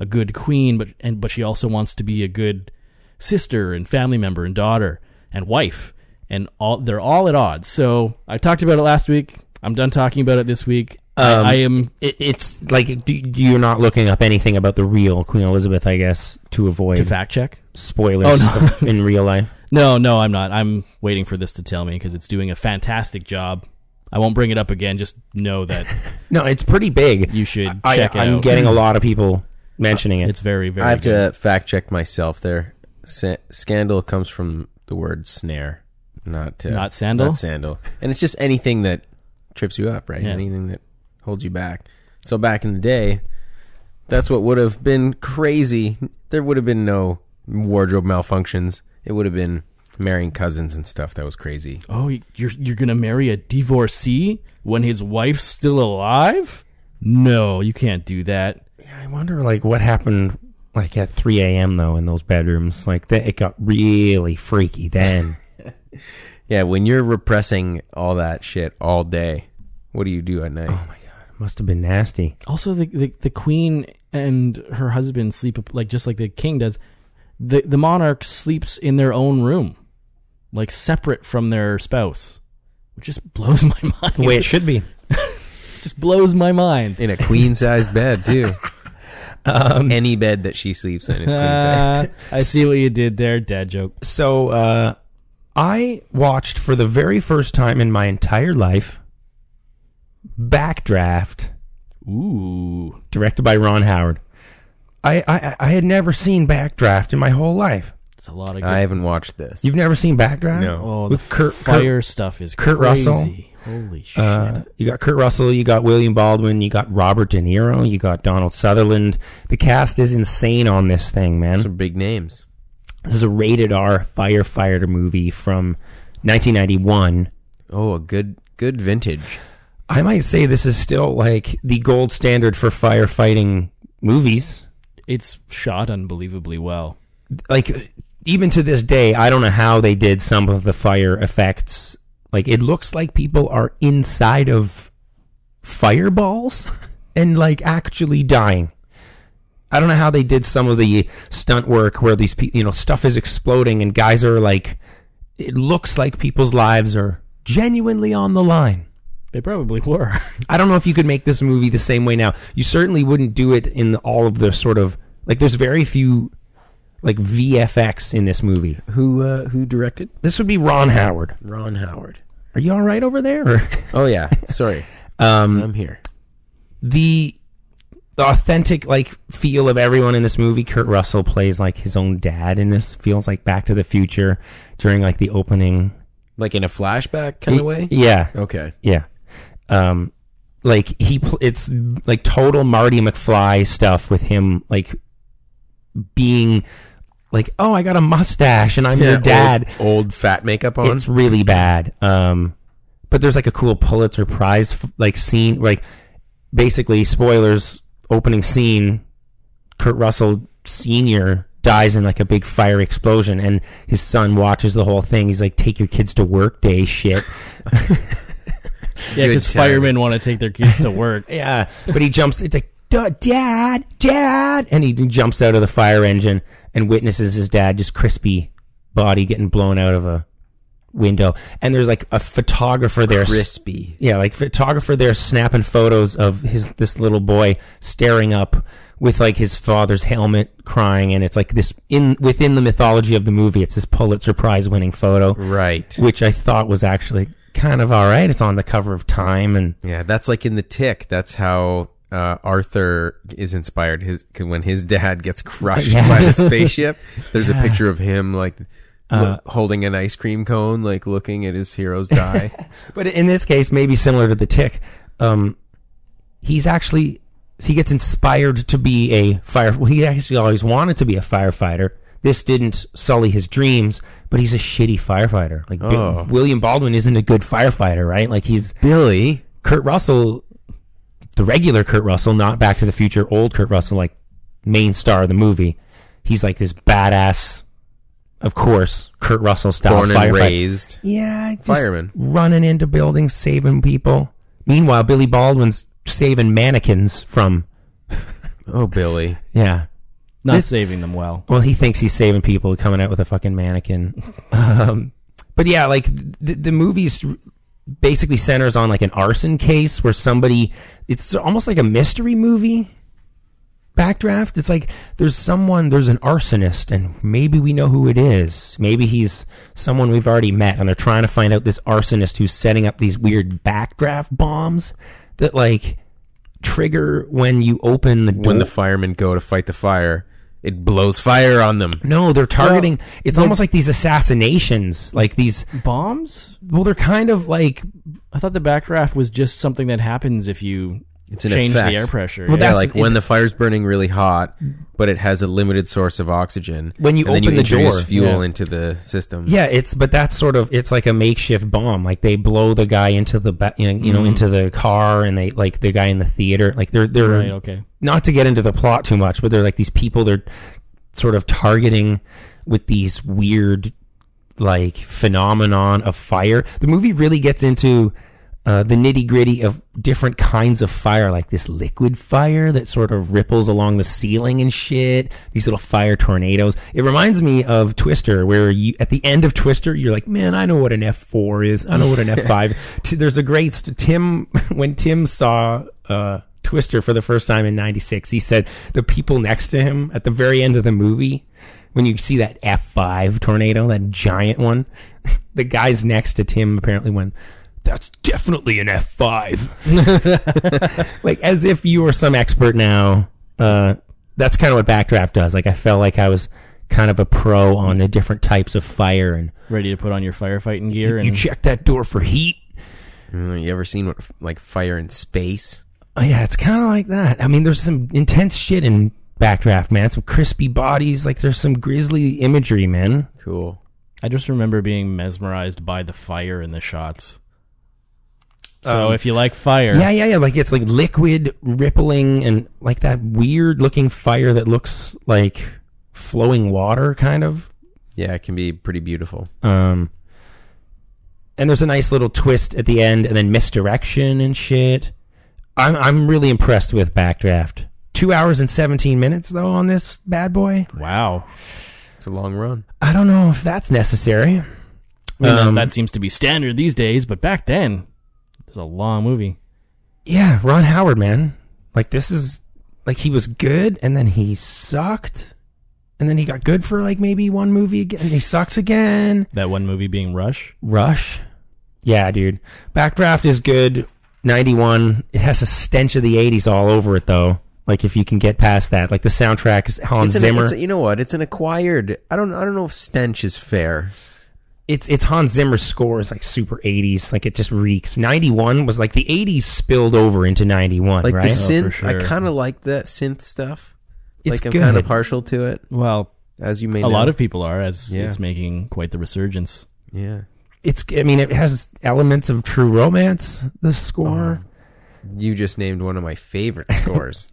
E: a good queen, but and but she also wants to be a good sister and family member and daughter and wife, and all they're all at odds. So I talked about it last week. I'm done talking about it this week. I-
C: Um,
E: I am
C: It, it's like do- you're not looking up anything about the real Queen Elizabeth, I guess, to avoid
E: to fact check.
C: spoilers
E: Oh,
C: of- in real life.
E: No, no, I'm not. I'm waiting for this to tell me because it's doing a fantastic job. I won't bring it up again. Just know that
C: No, it's pretty big.
E: You should
C: (laughs) I,
E: check it
C: I'm
E: out.
C: getting a lot of people mentioning it.
E: (laughs) it's very, very.
D: I have
E: good.
D: to fact check myself there. Sa- scandal comes from the word snare, not uh,
E: Not sandal?
D: Not sandal. And it's just anything that trips you up, right?
E: Yeah.
D: Anything that holds you back. So back in the day, that's what would have been crazy. There would have been no wardrobe malfunctions. It would have been marrying cousins and stuff that was crazy.
E: Oh, you're you're gonna marry a divorcee when his wife's still alive? No, you can't do that.
C: I wonder, like, what happened, like at 3 a.m. though in those bedrooms. Like, that it got really freaky then.
D: Yeah, when you're repressing all that shit all day, what do you do at night?
E: Oh,
C: Must have been nasty.
E: Also, the, the the queen and her husband sleep like just like the king does. The the monarch sleeps in their own room, like separate from their spouse, which just (laughs) blows my mind.
C: The way it should be.
E: just blows my mind.
D: In a queen sized bed (laughs) too. Any bed that she sleeps in is queen sized.
C: (laughs)
E: Uh, I see what you did there, dad joke.
C: So, uh, I watched for the very first time in my entire life Backdraft,
E: Ooh,
C: directed by Ron Howard. I, I, I had never seen Backdraft in my whole life.
E: it's a lot of. Good.
D: I haven't watched this.
C: You've never seen Backdraft?
D: No.
E: oh,
C: With
E: the
C: Kurt-
E: fire stuff is
C: Kurt
E: crazy.
C: Russell?
E: Holy shit!
C: Uh, you got Kurt Russell, you got William Baldwin, you got Robert De Niro, you got Donald Sutherland. The cast is insane on this thing, man.
D: Some big names.
C: This is a rated R firefighter movie from 1991.
D: Oh, a good good vintage.
C: I might say this is still like the gold standard for firefighting movies.
E: it's shot unbelievably well.
C: Like even to this day, I don't know how they did some of the fire effects. Like it looks like people are inside of fireballs (laughs) and like actually dying. I don't know how they did some of the stunt work where these people, you know, stuff is exploding and guys are like, it looks like people's lives are genuinely on the line.
E: They probably were. (laughs)
C: I don't know if you could make this movie the same way now. You certainly wouldn't do it in all of the sort of like. There's very few like VFX in this movie.
D: Who uh, who directed?
C: This would be Ron Howard.
D: Ron Howard.
C: Are you all right over there? Or? (laughs)
D: Oh yeah. (laughs) Sorry. I'm here.
C: the the authentic like feel of everyone in this movie. Kurt Russell plays like his own dad in this. Feels like Back to the Future during like the opening
D: Like in a flashback kind of way?
C: Yeah,
D: Okay.
C: Yeah. Um, like he, pl- it's like total Marty McFly stuff with him, like being like, oh, I got a mustache and I'm your dad.
D: Old, old fat makeup on.
C: It's really bad. Um, but there's like a cool Pulitzer Prize f- like scene, like basically spoilers. Opening scene, Kurt Russell Senior dies in like a big fire explosion, and his son watches the whole thing. He's like, "Take your kids to work day, shit."
E: yeah,
D: Good
E: because
D: time.
E: firemen want to take their kids to work.
C: (laughs) Yeah, but he jumps. It's like "Duh, dad, dad, and he jumps out of the fire engine and witnesses his dad just crispy body getting blown out of a window. And there's like a photographer there.
D: crispy.
C: Yeah, like photographer there snapping photos of his this little boy staring up with like his father's helmet crying and it's like this in within the mythology of the movie it's this Pulitzer prize winning photo
D: Right.
C: which I thought was actually kind of all right it's on the cover of Time and
D: Yeah, that's like in the Tick. That's how uh, Arthur is inspired. His 'cause when his dad gets crushed
C: Yeah.
D: by
C: (laughs)
D: the spaceship, there's a picture of him like
C: Uh,
D: lo- holding an ice cream cone, like looking at
C: (laughs)
D: his heroes die.
C: But in this case, maybe similar to the tick, um, he's actually he gets inspired to be a fire. Well, he actually always wanted to be a firefighter. This didn't sully his dreams, but he's a shitty firefighter. Like Bi-
D: Oh.
C: William Baldwin isn't a good firefighter, right? Like he's
D: Billy.
C: Kurt Russell, the regular Kurt Russell, not Back to the Future, old Kurt Russell, like main star of the movie. He's like this badass, of course, Kurt Russell style
D: Born and
C: firefighter.
D: raised.
C: Yeah, just
D: Fireman.
C: running into buildings, saving people. Meanwhile, Billy Baldwin's saving mannequins from
D: Oh, Billy.
C: yeah.
E: Not
C: This-
E: saving them well.
C: Well, he thinks he's saving people coming out with a fucking mannequin. um, but yeah, like the, the movie's basically centers on like an arson case where somebody. It's almost like a mystery movie. Backdraft. It's like there's someone, there's an arsonist, and maybe we know who it is. Maybe he's someone we've already met, and they're trying to find out this arsonist who's setting up these weird backdraft bombs that like trigger when you open the door.
D: When the firemen go to fight the fire, it blows fire on them.
C: No, they're targeting. it's almost like these assassinations, like these.
E: Bombs?
C: Well, they're kind of like.
E: I thought the backdraft was just something that happens if you
D: It's an
E: change
D: effect.
E: the air pressure.
C: Well,
E: yeah.
D: yeah,
C: that's-
D: like when the fire's burning really hot, but it has a limited source of oxygen.
C: When you
D: and then
C: open the
D: you introduce
C: door,
D: fuel
E: yeah.
D: into the system.
C: Yeah, it's but that's sort of it's like a makeshift bomb. Like they blow the guy into the ba- you know, you
E: Mm-hmm.
C: know, into the car, and they like the guy in the theater. Like they're they're
E: Right, okay.
C: not to get into the plot too much, but they're like these people they're sort of targeting with these weird like phenomenon of fire. The movie really gets into uh, the nitty gritty of different kinds of fire, like this liquid fire that sort of ripples along the ceiling and shit. These little fire tornadoes. It reminds me of Twister, where you at the end of Twister, you're like, man, I know what an F four is. I know what an F five. There's a great st- Tim (laughs) when Tim saw. Uh, Twister for the first time in 96. He said the people next to him at the very end of the movie, when you see that F5 tornado, that giant one, (laughs) the guys next to Tim apparently went, That's definitely an F5. (laughs) like, as if you were some expert now. Uh, that's kind of what Backdraft does. Like, I felt like I was kind of a pro on the different types of fire and
E: Ready to put on your firefighting gear and
C: you check that door for heat.
D: Mm, You ever seen what f- like fire in space?
C: Oh, yeah, it's kind of like that. I mean, there's some intense shit in Backdraft, man. Some crispy bodies. Like, there's some grisly imagery, man.
D: Cool.
E: I just remember being mesmerized by the fire in the shots. So if you like fire,
C: Um, Yeah, yeah, yeah. Like it's like liquid rippling and like that weird looking fire that looks like flowing water, kind of.
D: Yeah, it can be pretty beautiful.
C: Um, and there's a nice little twist at the end, and then misdirection and shit. I'm I'm really impressed with Backdraft. Two hours and seventeen minutes though on this bad boy.
E: wow.
D: It's a long run.
C: I don't know if that's necessary.
E: I mean,
C: Um,
E: that seems to be standard these days, but back then, it was a long movie.
C: Yeah, Ron Howard, man. Like this is like he was good and then he sucked. And then he got good for like maybe one movie again. And he sucks again.
E: That one movie being Rush.
C: Rush. Yeah, dude. Backdraft is good. 91. It has a stench of the 80s all over it though. Like if you can get past that. Like the soundtrack is Hans
D: It's an,
C: Zimmer.
D: it's a- you know what? It's an acquired. I don't. I don't know if stench is fair.
C: it's it's Hans Zimmer's score is like super 80s. Like it just reeks. 91 was like the 80s spilled over into 91,
D: Like
C: right?
D: the
E: Oh, for
D: synth, I
E: sure.
D: kind of like that synth stuff.
C: It's
D: like I'm kind
C: good.
D: of partial to it,
E: Well,
D: as you may
E: a
D: know.
E: lot of people are, as
D: Yeah.
E: it's making quite the resurgence.
D: yeah,
C: it's I mean it has elements of true romance, the score.
D: Uh-huh. you just named one of
C: (laughs)
D: my favorite scores.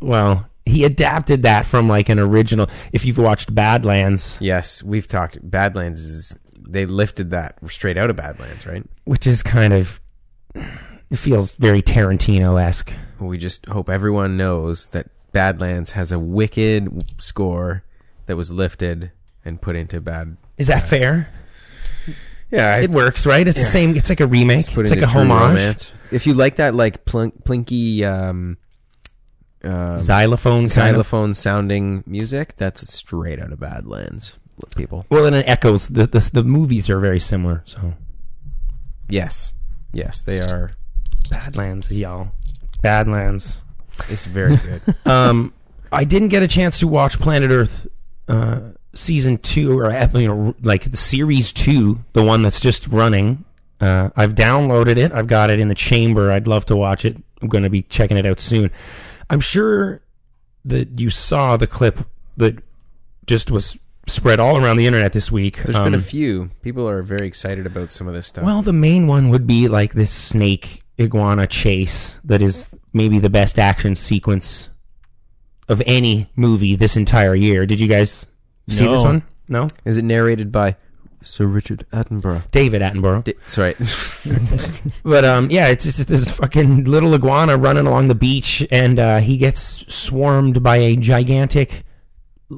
C: well, he adapted that from like an original. If you've watched Badlands,
D: yes, we've talked. Badlands is they lifted that straight out of Badlands, right?
C: which is kind of, it feels very Tarantino esque.
D: We just hope everyone knows that Badlands has a wicked w- score that was lifted and put into Bad.
C: Is that fair?
D: Yeah,
C: It works, right? It's the same. It's like a remake.
D: put
C: It's like
D: into
C: a
D: True
C: homage.
D: Romance. If you like that, like plink, plinky um, um,
C: Xylophone kind of.
D: xylophone sounding music, that's straight out of Badlands, people.
C: Well, and it echoes. The, the the movies are very similar. So
D: Yes, yes, they are.
C: Badlands, y'all. Badlands.
D: It's
C: (laughs)
D: very good.
C: um, I didn't get a chance to watch Planet Earth uh, season two or ep- you know, like the series two, the one that's just running. Uh, I've downloaded it. I've got it in the chamber. I'd love to watch it. I'm going to be checking it out soon. I'm sure that you saw the clip that just was spread all around the internet this week.
D: There's
C: Um,
D: been a few. People are very excited about some of this stuff.
C: Well, the main one would be like this snake iguana chase that is maybe the best action sequence of any movie this entire year. Did you guys see this
E: No.
C: one? No?
D: Is it narrated by Sir Richard Attenborough?
C: David Attenborough.
D: Di- sorry. (laughs)
C: But um, yeah, it's just this fucking little iguana running along the beach, and uh, he gets swarmed by a gigantic,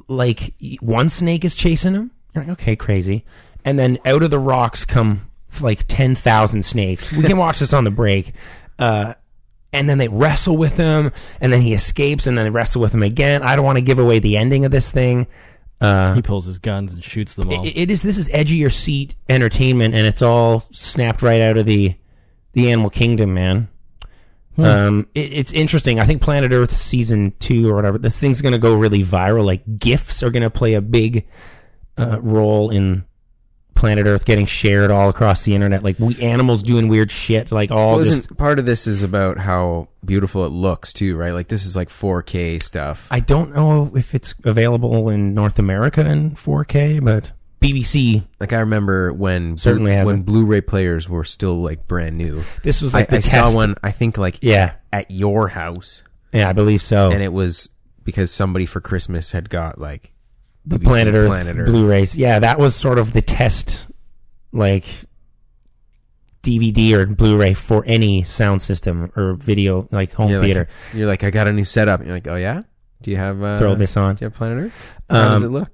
C: like one snake is chasing him. You're like, okay, crazy. And then out of the rocks come like ten thousand snakes. We can watch this on the break. Uh, and then they wrestle with him, and then he escapes, and then they wrestle with him again. I don't want to give away the ending of this thing. Uh,
E: He pulls his guns and shoots them all.
C: it- it is this is edgy your seat entertainment and it's all snapped right out of the the animal kingdom man
D: Hmm.
C: um it, it's interesting i think planet earth season two or whatever this thing's gonna go really viral like gifs are gonna play a big uh, role in planet earth getting shared all across the internet like we animals doing weird shit like (laughs) all
D: Well,
C: this
D: isn't part of this is about how beautiful it looks too, right? Like this is like 4K stuff.
C: i don't know if it's available in north america in 4k but bbc
D: like I remember when
C: Certainly
D: Blu-
C: hasn't.
D: when Blu-ray players were still like brand new.
C: this was like the
D: I, I
C: test
D: saw one. I think like
C: yeah
D: at your house,
C: yeah i believe so
D: and it was because somebody for Christmas had got like
C: the
D: BBC
C: Planet Earth,
D: Planet Earth.
C: Blu-rays. Yeah, that was sort of the test, like DVD or Blu-ray for any sound system or video, like home
D: you're
C: theater.
D: Like, you're like, I got a new setup. And you're like, oh yeah. Do you have uh,
C: Throw this on.
D: Do you have Planet Earth? How does
C: Um,
D: it look?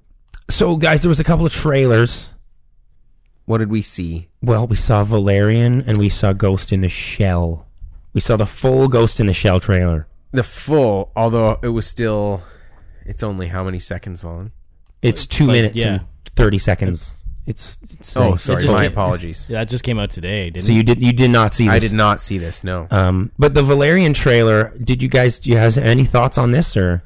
C: So, guys, there was a couple of trailers.
D: What did we see?
C: Well, we saw Valerian and we saw Ghost in the Shell. We saw the full Ghost in the Shell trailer.
D: The full, although it was still, it's only how many seconds long?
C: It's two
E: Like,
C: minutes
E: yeah.
C: and thirty seconds. It's, it's
D: Oh,
C: like-
D: sorry,
E: just
D: my (laughs)
E: get-
D: apologies.
E: Yeah, that just came out today, didn't
C: So you did you did not see this?
D: I did not see this. No,
C: Um, but the Valerian trailer. Did you guys? Do you have any thoughts on this or?
E: it?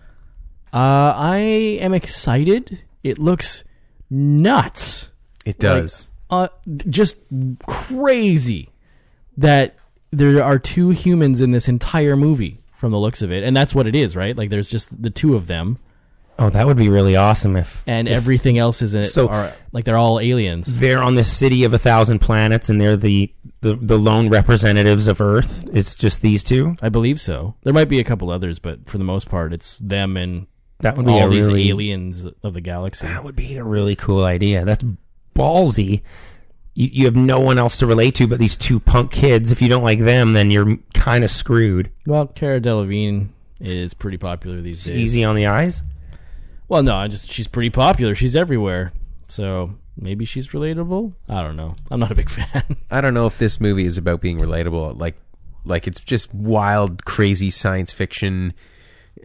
E: Uh, I am excited. It looks nuts.
D: it does.
E: uh, just crazy that there are two humans in this entire movie from the looks of it and that's what it is right like there's just the two of them
C: Oh, that would be really awesome if
E: and everything else is in it
C: So- Mm-hmm.
E: are, like they're all aliens
C: they're on this city of a thousand planets and they're the, the, the lone representatives of Earth. It's just these two.
E: i believe so there might be a couple others but for the most part it's them and
C: That would be
E: all
C: a
E: these
C: really
E: aliens of the galaxy
C: that would be a really cool idea. That's ballsy. You, you have no one else to relate to but these two punk kids. If you don't like them, then you're kind of screwed.
E: well cara delevingne is pretty popular these days
C: Easy on the eyes.
E: well no i just she's pretty popular she's everywhere so maybe she's relatable i don't know i'm not a big (laughs) fan
D: I don't know if this movie is about being relatable. Like, like it's just wild, crazy science fiction.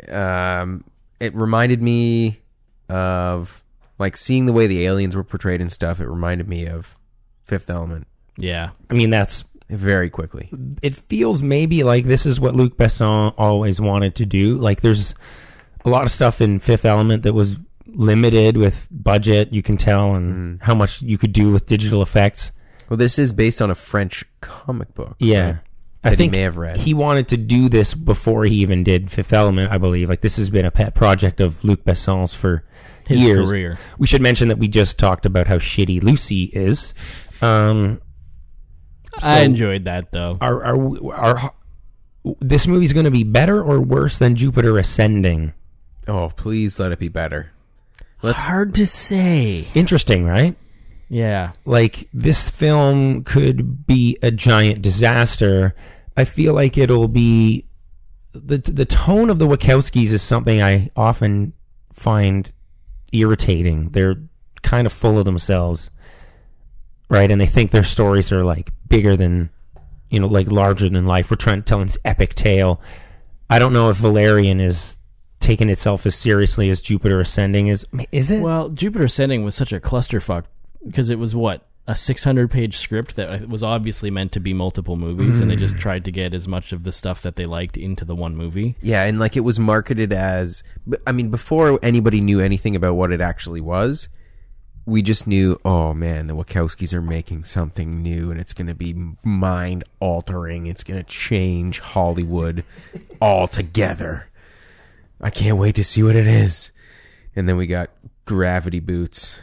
D: Um, it reminded me of like seeing the way the aliens were portrayed and stuff. It reminded me of Fifth Element
E: yeah
C: I mean, that's
D: very quickly.
C: it feels maybe like this is what Luc Besson always wanted to do. Like there's a lot of stuff in Fifth Element that was limited with budget, you can tell, and
D: Mm-hmm.
C: how much you could do with digital effects.
D: Well, this is based on a French comic book.
C: Yeah.
D: right?
C: I
D: That he
C: think
D: may have read.
C: he wanted to do this before he even did Fifth Element, I believe. Like this has been a pet project of Luc Besson's for
E: His
C: years.
E: career.
C: We should mention that we just talked about how shitty Lucy is. Um,
E: I enjoyed that though.
C: are are are this movie's going to be better or worse than Jupiter Ascending?
D: Oh, please let it be better.
E: It's hard to say.
C: Interesting, right?
E: Yeah.
C: Like this film could be a giant disaster. I feel like it'll be the the tone of the Wachowskis is something I often find irritating. They're kind of full of themselves, right? And they think their stories are like bigger than you know, like larger than life. We're trying to tell this epic tale. I don't know if Valerian is taking itself as seriously as Jupiter Ascending is. Is it?
E: Well, Jupiter Ascending was such a clusterfuck because it was what a 600 page script that uh, was obviously meant to be multiple movies, and they
C: Mm.
E: just tried to get as much of the stuff that they liked into the one movie.
D: Yeah, and like it was marketed as but, I mean before anybody knew anything about what it actually was, we just knew, oh man, the Wachowskis are making something new and it's going to be mind altering. It's going to change Hollywood altogether. I can't wait to see what it is. And then we got gravity boots.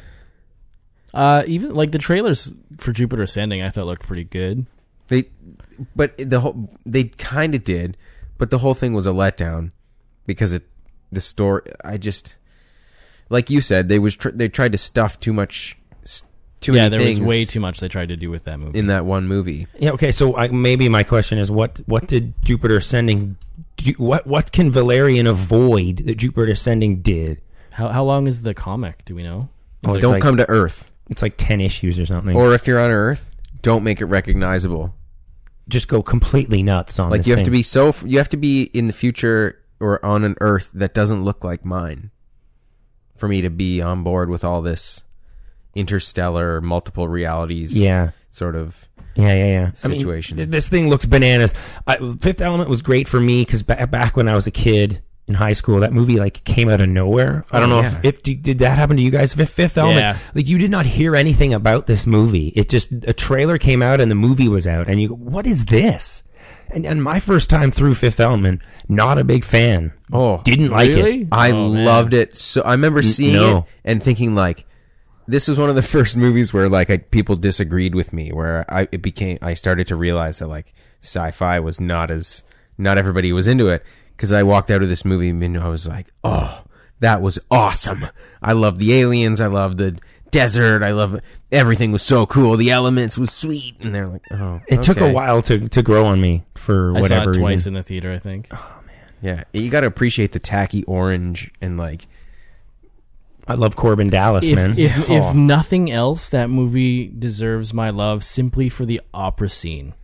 E: Uh, even like the trailers for Jupiter Ascending, I thought looked pretty good.
D: They, but the whole they kind of did, but the whole thing was a letdown because it the story. I just like you said they was tr- they tried to stuff too much, s- too
E: yeah,
D: many
E: there
D: things
E: was way too much they tried to do with that movie.
D: in that one movie.
C: Yeah. Okay. So I, maybe my question is, what what did Jupiter Ascending? Do, what what can Valerian avoid that Jupiter Ascending did?
E: how how long is the comic? Do we know? It's
C: Oh,
E: like-
D: Don't
C: like-
D: come to Earth,
C: It's like ten issues or something.
D: or if you're on Earth, don't make it recognizable.
C: just go completely nuts on.
D: Like
C: this
D: you have to
C: thing.
D: be so f- you have to be in the future or on an Earth that doesn't look like mine for me to be on board with all this interstellar multiple realities.
C: Yeah.
D: sort of.
C: Yeah, yeah, yeah.
D: Situation.
C: I mean, th- this thing looks bananas. I, Fifth Element was great for me because ba- back when I was a kid in high school, that movie like came out of nowhere. I don't know if, if d- did that happen to you guys. Fifth, Fifth Element,
E: Oh, Yeah.
C: like you did not hear anything about this movie. It just a trailer came out and the movie was out, and you go, what is this? And, and my first time through Fifth Element, not a big fan.
D: Oh,
C: Didn't like
E: really?
C: it.
D: I
E: Oh, man.
D: loved it. So I remember seeing
C: no.
D: it and thinking like, this was one of the (laughs) first movies where like I, people disagreed with me, where I it became I started to realize that like sci-fi was not as not everybody was into it because I walked out of this movie and I was like, oh, that was awesome. I love the aliens. I love the desert. I love everything was so cool. The elements was sweet, and they're like, oh,
C: It took a
D: okay.
C: while to, to grow on me for
E: I
C: whatever
E: saw it
C: reason.
E: twice in the theater. I think.
D: Yeah, you got to appreciate the tacky orange and like
C: I love Corbin Dallas, man.
E: If, if, if nothing else, that movie deserves my love simply for the opera scene.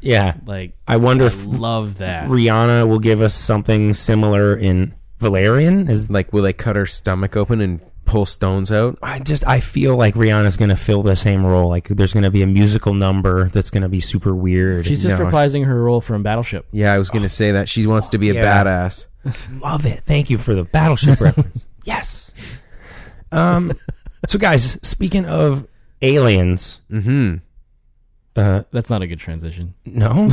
C: yeah,
E: Like,
C: I wonder
E: I
C: if
E: love that.
C: Rihanna will give us something similar in Valerian. Is
D: like will they cut her stomach open and pull stones out
C: I just I feel like Rihanna's going to fill the same role. Like there's going to be a musical number that's going to be super weird.
E: She's just
D: No.
E: reprising her role from Battleship.
D: yeah i was gonna say that she wants to be a
C: Yeah.
D: badass
C: love it. Thank you for the
E: (laughs)
C: battleship reference. Yes. Um. So guys, speaking of aliens,
D: mm-hmm
C: uh,
E: That's not a good transition.
C: no,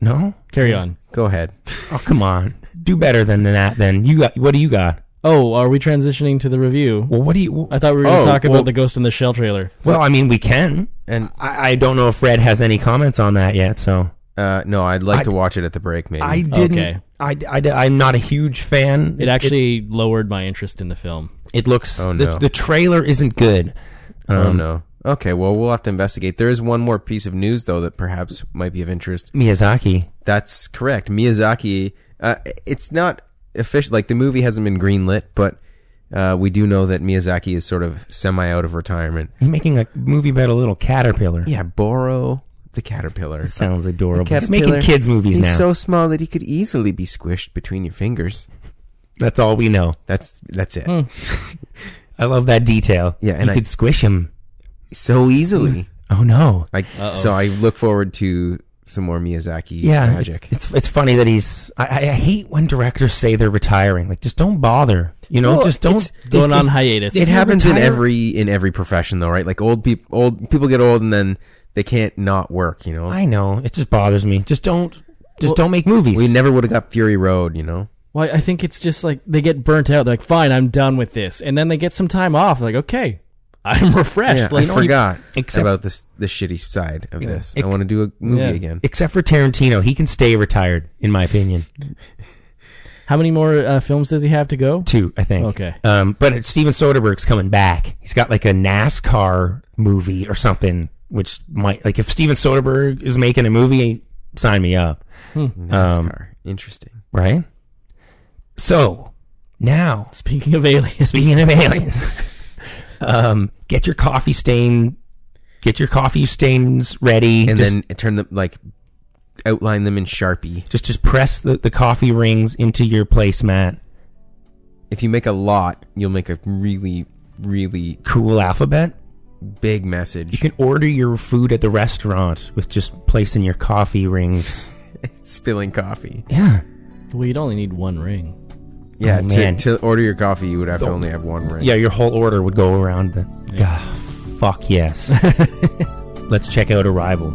C: no.
E: Carry on.
D: go ahead
C: Oh come on, do better than that. Then you got what do you got?
E: Oh, are we transitioning to the review?
C: Well, what do you?
E: I thought we were going to
D: Oh,
E: talk
D: well-
E: about the Ghost in the Shell trailer.
C: Well, I mean, we can.
D: and
C: I, I don't know if Red has any comments on that yet. So
D: uh no i'd like
C: I-
D: to watch it at the break maybe
C: I didn't.
E: Okay.
C: I, I, am not a huge fan.
E: It actually lowered my interest in the film.
C: it, looks.
D: Oh,
C: the,
D: no.
C: the trailer isn't good.
D: oh no okay well we'll have to investigate there is one more piece of news though that perhaps might be of interest
C: Miyazaki.
D: that's correct miyazaki uh it's not official like the movie hasn't been greenlit but uh, we do know that Miyazaki is sort of semi out of retirement.
C: He's making a movie about a little caterpillar.
D: Yeah, Boro the caterpillar.
C: Sounds adorable. He's
D: Caterpillar.
C: making kids movies
D: He's
C: now.
D: so small that he could easily be squished between your fingers.
C: That's all we know.
D: That's that's it.
C: Hmm. I love that detail.
D: Yeah, and
C: you
D: I-
C: could squish him.
D: So easily.
C: Oh no.
D: Like so, I look forward to some more Miyazaki
C: Yeah, it's-
D: magic.
C: It's, it's funny that he's. I, I hate when directors say they're retiring. Like, just don't bother. You know,
D: Well,
C: just don't
D: it's-
E: Going
C: if-
E: on
C: if-
E: hiatus.
C: if
D: it
C: you
D: happens in
C: retire-
D: every in every profession, though, right? Like old people, old people get old, and then they can't not work. You know,
C: I know it just bothers me. Just don't. Just don't make movies.
D: we never would have got Fury Road. You know,
E: Well, I think it's just like they get burnt out. They're like, fine, I'm done with this. And then they get some time off. Like, okay, I'm (laughs) refreshed.
D: yeah, I
E: Let's keep-
D: forgot
C: except-
D: about this the shitty side of this.
C: Ex-
D: I want to do a movie
E: Yeah.
D: again.
C: Except for Tarantino, he can stay retired, in my opinion.
E: How many more uh, films does he have to go?
C: Two, I think.
E: Okay.
C: Um, but it's Steven Soderbergh's coming back. He's got like a NASCAR movie or something, which might like if Steven Soderbergh is making a movie, sign me up.
E: Hmm.
C: Um,
D: NASCAR. Interesting.
C: Right. So now,
E: Speaking of aliens,
C: speaking of aliens, (laughs) um, get your coffee stain, get your coffee stains ready,
D: And
C: just,
D: then turn them like outline them in Sharpie.
C: just just press the, the coffee rings into your placemat.
D: If you make a lot, you'll make a really, really
C: Cool alphabet.
D: big
C: You
D: message.
C: can order your food at the restaurant with just placing your coffee rings.
D: (laughs) Spilling coffee.
C: Yeah.
E: well, you'd only need one ring.
D: Yeah,
C: Oh,
D: to,
C: man.
D: to order your coffee, you would have to only have one ring.
C: Yeah, your whole order would go around the. Ah, fuck yes. Let's check out Arrival.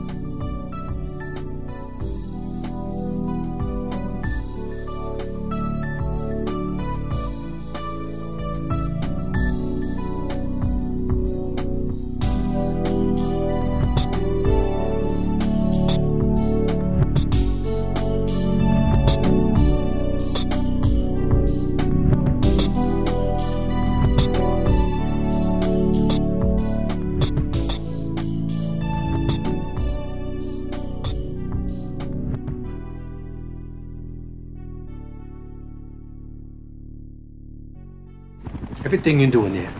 A: Everything you do in there,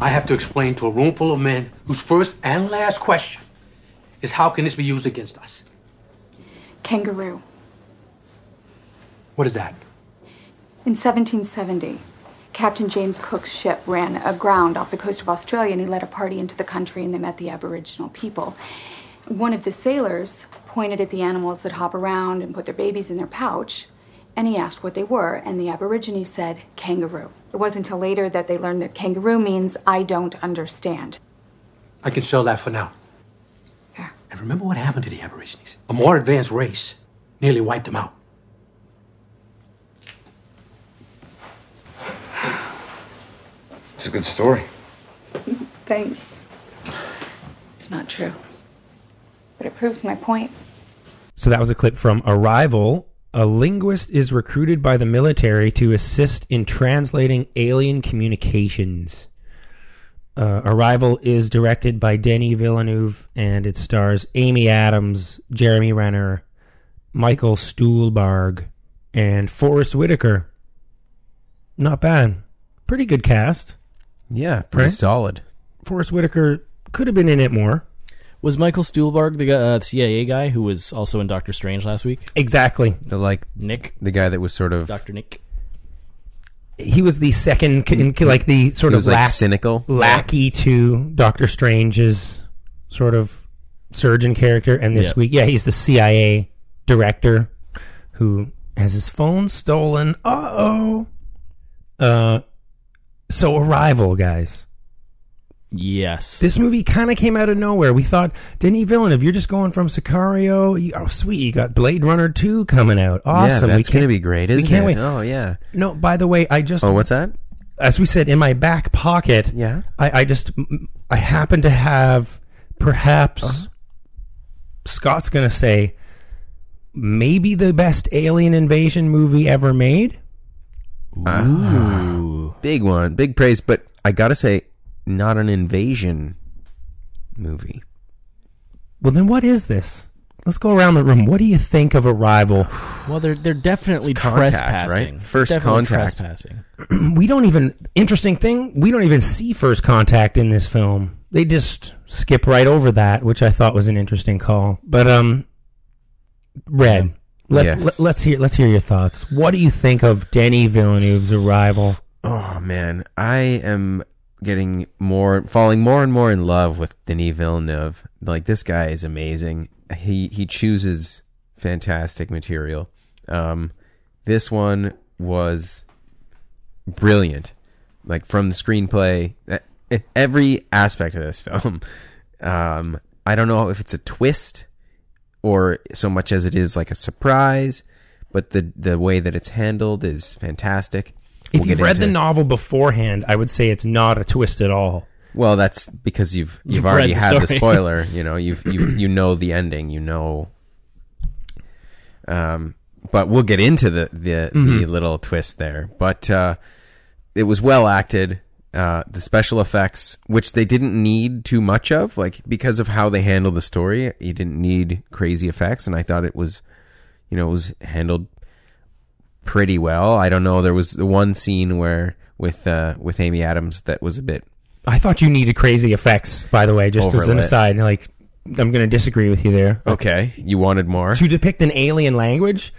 A: I have to explain to a room full of men whose first and last question is how can this be used against us?
F: Kangaroo.
A: What is that?
F: In 1770, Captain James Cook's ship ran aground off the coast of Australia and he led a party into the country and they met the Aboriginal people. One of the sailors pointed at the animals that hop around and put their babies in their pouch and he asked what they were and the Aborigines said kangaroo. It wasn't until later that they learned that kangaroo means I don't understand.
A: I can sell that for now.
F: There.
A: And remember what happened to the Aborigines? A more advanced race nearly wiped them out.
G: It's a good story.
F: Thanks. It's not true. But it proves my point.
C: So that was a clip from Arrival. A linguist is recruited by the military to assist in translating alien communications. Uh, Arrival is directed by Denis Villeneuve and it stars Amy Adams, Jeremy Renner, Michael Stuhlbarg, and Forrest Whitaker. Not bad. Pretty good cast.
D: Yeah, pretty
C: Right?
D: solid.
C: Forrest Whitaker could have been in it more.
E: Was Michael Stuhlbarg the guy, uh, CIA guy who was also in Doctor Strange last week?
C: Exactly.
D: The like
E: Nick,
D: the guy that was sort of
E: Doctor Nick.
C: He was the second, in, like the sort
D: he
C: of
D: was like
C: last-
D: cynical.
C: lackey to Doctor Strange's sort of surgeon character. And this
E: Yeah.
C: week, yeah, he's the CIA director who has his phone stolen. Uh oh. Uh, so Arrival, guys.
E: Yes.
C: This movie kind of came out of nowhere. We thought, Denis Villeneuve, you're just going from Sicario. you- oh, sweet, you got Blade Runner 2 coming out. Awesome.
D: Yeah,
C: We
D: that's gonna
C: can't-
D: be great, isn't
C: can't
D: it?
C: wait.
D: Oh yeah.
C: No, by the way, I just
D: Oh, what's that?
C: as we said, in my back pocket,
D: Yeah.
C: I, I just, m- I happen to have perhaps Scott's going to say maybe the best alien invasion movie ever made.
D: Big one, big praise. But I gotta say, not an invasion movie.
C: Well, then what is this? Let's go around the room. What do you think of Arrival?
E: well, they're they're definitely
D: It's contact,
E: trespassing.
D: right? First
E: Definitely
D: contact.
E: Trespassing.
C: We don't even, interesting thing, we don't even see first contact in this film. They just skip right over that, which I thought was an interesting call. But, um, Red. Let,
D: Yes.
C: let, let's hear. Let's hear your thoughts. What do you think of Denny Villeneuve's arrival?
D: Oh man, I am getting more, falling more and more in love with Denis Villeneuve. Like this guy is amazing. He he chooses fantastic material. Um, this one was brilliant. Like from the screenplay, e- every aspect of this (laughs) film. Um, I don't know if it's a twist or so much as it is like a surprise, but the the way that it's handled is fantastic.
C: If
D: We'll
C: you've
D: get
C: read the
D: into-
C: novel beforehand, I would say it's not a twist at all.
D: Well, that's because you've you've,
E: You've read
D: already
E: the
D: had the
E: story. (laughs)
D: spoiler. You know, you've you you know the ending. You know. Um, but we'll get into the the, the
E: Mm-hmm.
D: little twist there. But uh, it was well acted. Uh, the special effects, which they didn't need too much of, like because of how they handled the story, you didn't need crazy effects, and I thought it was, you know, it was handled pretty well. I don't know. There was the one scene where with uh, with Amy Adams that was a bit
C: I thought you needed crazy effects, by the way, just as an
D: Overlay.
C: aside. Like, I'm going to disagree with you there.
D: Okay, you wanted more.
C: To depict an alien language,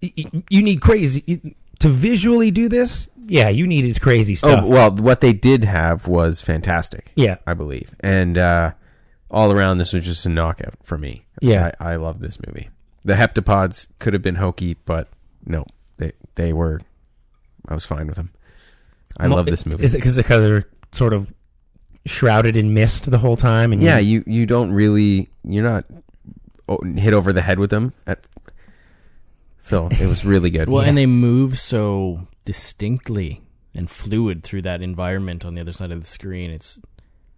C: y- y- you need crazy y- to visually do this. Yeah, you needed crazy stuff.
D: Oh well, what they did have was fantastic.
C: Yeah.
D: I believe, and uh, all around, this was just a knockout for me.
C: Yeah.
D: I, I love this movie. The heptapods could have been hokey, but no, they they were. I was fine with them. I love this movie.
C: Is it because they're sort of shrouded in mist the whole time? And
D: yeah, you you don't really you're not oh, hit over the head with them at. So it was
C: (laughs)
D: really good.
E: Well, and they move so distinctly and fluid through that environment on the other side of the screen. It's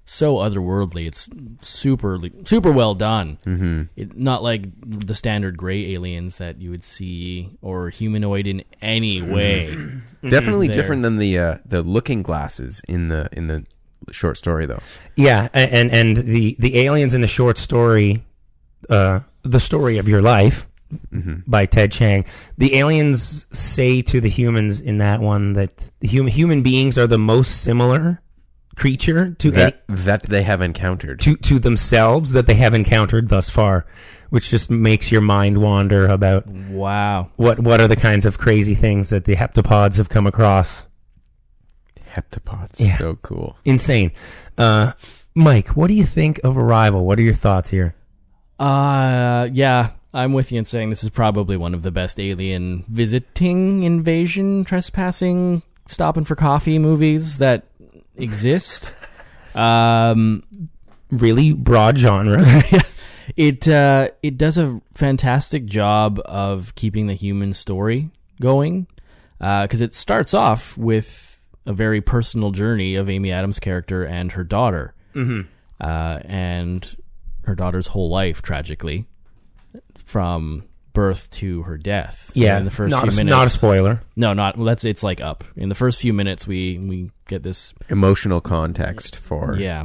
E: so otherworldly. It's super, super well done. Mm-hmm. It, not like the standard gray aliens that you would see or humanoid in
D: (clears throat)
E: any way.
D: definitely
C: Mm-hmm,
E: there.
D: different than the uh, the looking glasses in the in the short story though.
C: Yeah, a- and and the the aliens in the short story, uh, the story of your life,
D: Mm-hmm.
C: by Ted Chang. The aliens say to the humans in that one that the human human beings are the most similar creature to any,
D: that, that they have encountered.
C: to to themselves that they have encountered thus far, which just makes your mind wander about
E: Wow.
C: what what are the kinds of crazy things that the heptapods have come across.
D: Heptapods.
C: Yeah.
D: So cool.
C: Insane. Uh, Mike, what do you think of Arrival? What are your thoughts here?
E: Uh, yeah, I'm with you in saying this is probably one of the best alien visiting, invasion, trespassing, stopping for coffee movies that exist. um,
C: Really broad genre.
E: it uh, it does a fantastic job of keeping the human story going because it starts off with a very personal journey of Amy Adams' character and her daughter, mm-hmm. uh, and her daughter's whole life tragically from birth to her death.
C: (laughs)
E: So
C: yeah,
E: in the first
C: not,
E: few
C: a,
E: minutes,
C: not a spoiler.
E: no, not well, that's it's like up in the first few minutes. We we get this
D: Emotional context for
E: yeah.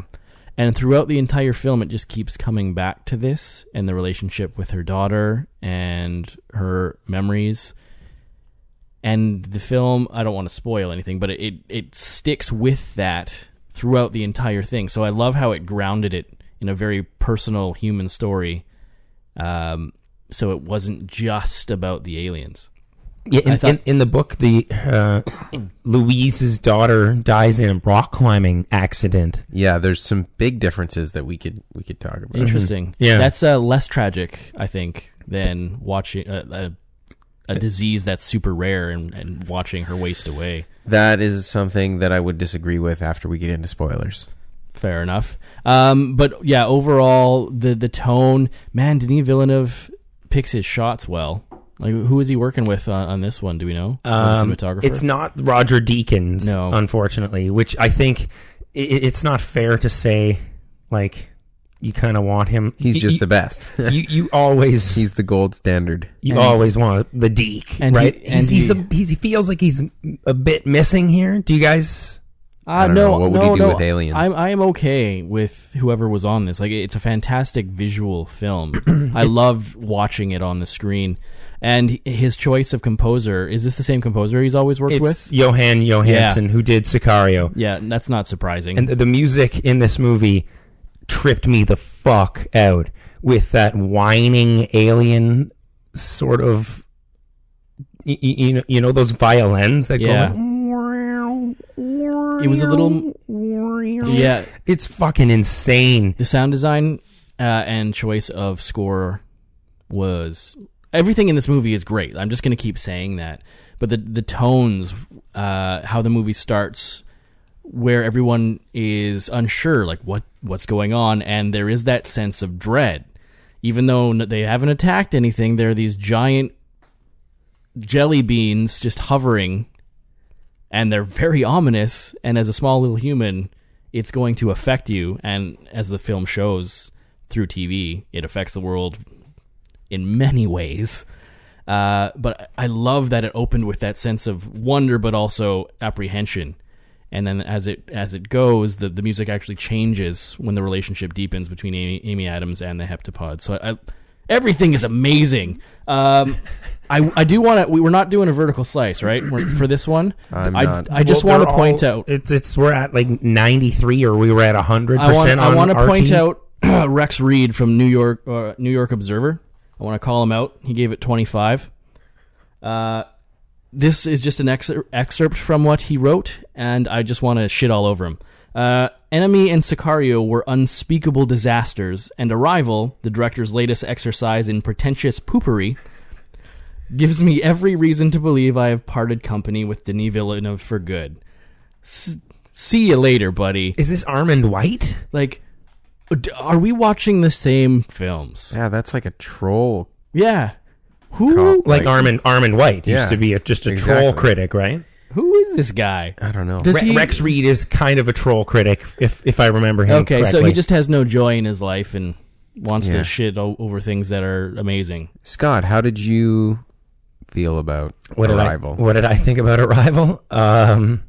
E: And throughout the entire film, it just keeps coming back to this and the relationship with her daughter and her memories. And the film, I don't want to spoil anything, but it, it, it sticks with that throughout the entire thing. So I love how it grounded it in a very personal human story. Um, so it wasn't just about the aliens.
C: Yeah, in,
E: I thought-
C: in, in the book, the uh, Louise's daughter dies in a rock climbing accident.
D: Yeah, there's some big differences that we could we could talk about.
E: Interesting.
C: Mm-hmm. Yeah.
E: that's uh, less tragic, I think, than watching uh, a, a disease that's super rare and, and watching her waste away.
D: Mm-hmm. That is something that I would disagree with after we get into spoilers.
E: Fair enough. Um, but yeah, overall, the the tone, man, Denis Villeneuve picks his shots well. Like, who is he working with on, on this one? Do we know? On the cinematographer.
C: Um, It's not Roger Deakins,
E: No.
C: unfortunately, which I think i- i it's not fair to say, like, you kind of want him.
D: He's
C: you-
D: just the
C: you,
D: best. (laughs)
C: You, you always.
D: He's the gold standard.
C: you
E: And-
C: always want the Deek,
E: and he-
C: right?
E: and
C: he's, he's,
E: he-
C: a, he's, he feels like he's a bit missing here. Do you guys?
E: Uh,
D: I don't
E: no,
D: know. What would
E: no,
D: he do
E: no.
D: with aliens?
E: I'm, I am okay with whoever was on this. Like, it's a fantastic
D: (clears throat)
E: visual film. I loved watching it on the screen. And his choice of composer is this the same composer he's always worked
C: It's
E: with?
C: Johan Johansson who did Sicario.
E: Yeah, that's not surprising.
C: and the, the music in this movie tripped me the fuck out with that whining alien sort of you, you know you know those violins that
E: Yeah.
C: go like,
E: It was
D: (laughs)
E: a little- yeah,
C: it's fucking insane
E: the sound design uh, and choice of score was everything in this movie is great. I'm just gonna keep saying that, but the the tones, uh, how the movie starts, where everyone is unsure, like what what's going on, and there is that sense of dread, even though n- they haven't attacked anything. There are these giant jelly beans just hovering, and they're very ominous. And as a small little human, it's going to affect you. And as the film shows through TV, it affects the world in many ways. Uh, but I love that it opened with that sense of wonder, but also apprehension. And then as it as it goes, the, the music actually changes when the relationship deepens between Amy, Amy Adams and the heptapod. So I, everything is amazing. Um, I, I do want to. We, we're not doing a vertical slice, right? We're, for this one,
D: I'm
E: I,
D: not.
E: I just
C: Well,
E: want to
C: they're
E: point
C: all-
E: out.
C: it's it's we're at like 93 or we were at 100
E: I want
C: percent
E: I
C: on
E: want to
C: RT.
E: point out (clears throat) Rex Reed from New York uh, New York Observer. I want to call him out. He gave it 25. Uh, this is just an excer- excerpt from what he wrote, and I just want to shit all over him. Uh, Enemy and Sicario were unspeakable disasters, and Arrival, the director's latest exercise in pretentious poopery, gives me every reason to believe I have parted company with Denis Villeneuve for good. S- see you later, buddy
C: is this Armand White
E: like d- are we watching the same films
D: Yeah, that's like a troll.
E: yeah who
D: Cop.
C: like,
D: Like-
C: Armand Armand White
D: Yeah,
C: used to be a, just a
D: exactly.
C: troll critic right
E: who is this guy
D: I don't know.
E: Does
C: Re-
E: he-
C: Rex Reed is kind of a troll critic, if if I remember him.
E: okay so
C: correctly.
E: he just has no joy in his life and wants
D: Yeah.
E: to shit o- over things that are amazing
D: Scott, how did you feel about
C: what did
D: Arrival?
C: I, what did I think about Arrival? Um,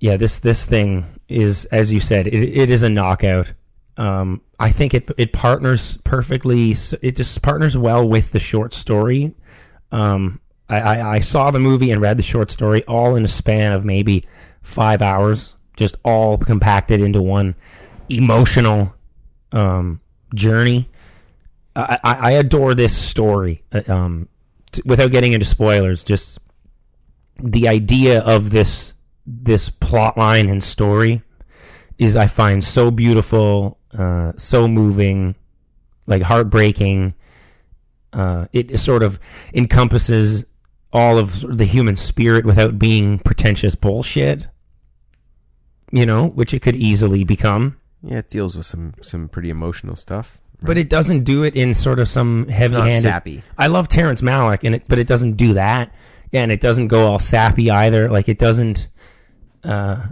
C: yeah, this this thing is, as you said, it, it is a knockout. um, I think it it partners perfectly. s- It just partners well with the short story. Um, I, I, I saw the movie and read the short story all in a span of maybe five hours, just all compacted into one emotional um, journey. I, I I adore this story. uh, Um, t- without getting into spoilers, just the idea of this this plot line and story is I find so beautiful, uh, so moving, like heartbreaking. Uh, it sort of encompasses all of the human spirit without being pretentious bullshit, you know, which it could easily become.
D: Yeah, it deals with some some pretty emotional stuff.
C: But it doesn't do it in sort of some
D: It's
C: heavy
D: not
C: handed.
D: sappy.
C: I love Terrence Malick, and it, but it doesn't do that, and it doesn't go all sappy either. Like it doesn't. Uh,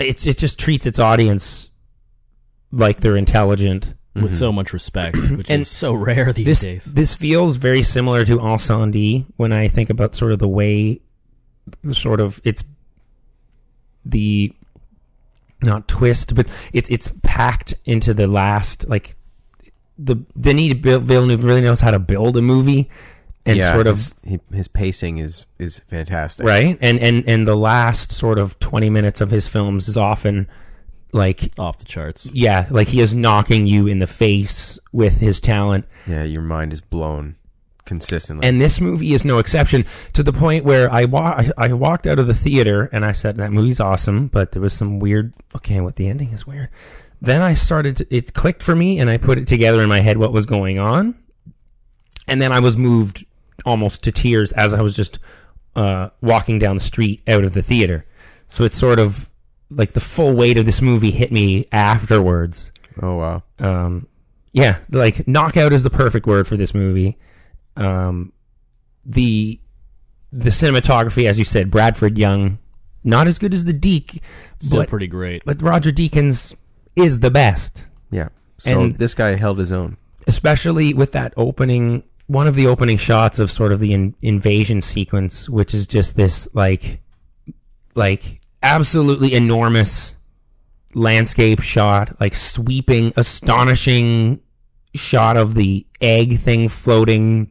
C: it's it just treats its audience like they're intelligent.
E: with so much respect, which
C: And
E: is so rare these
C: This
E: days.
C: this feels very similar to Ensemble when I think about sort of the way, the sort of it's the not twist, but it's it's packed into the last like the Denis Vill- Villeneuve really knows how to build a movie and
D: yeah,
C: sort of
D: his, he- his pacing is is fantastic.
C: right and and and the last sort of 20 minutes of his films is often like
E: Off the charts.
C: yeah like he is knocking you in the face with his talent
D: Yeah, your mind is blown consistently.
C: and this movie is no exception to the point where I, wa- I I walked out of the theater and I said that movie's awesome, but there was some weird. Okay, what the ending is weird. Then I started. To, it clicked for me, and I put it together in my head what was going on, and then I was moved almost to tears as I was just uh, walking down the street out of the theater. So it's sort of like the full weight of this movie hit me afterwards
D: oh wow,
C: um, yeah, like knockout is the perfect word for this movie. Um, the the cinematography, as you said, Bradford Young, not as good as the Deke,
E: Still
C: but
E: pretty great.
C: but Roger Deakins is the best,
D: yeah. So
C: and-
D: this guy held his own.
C: especially with that opening one of the opening shots of sort of the in, invasion sequence, which is just this like like absolutely enormous landscape shot, like sweeping, astonishing shot of the egg thing floating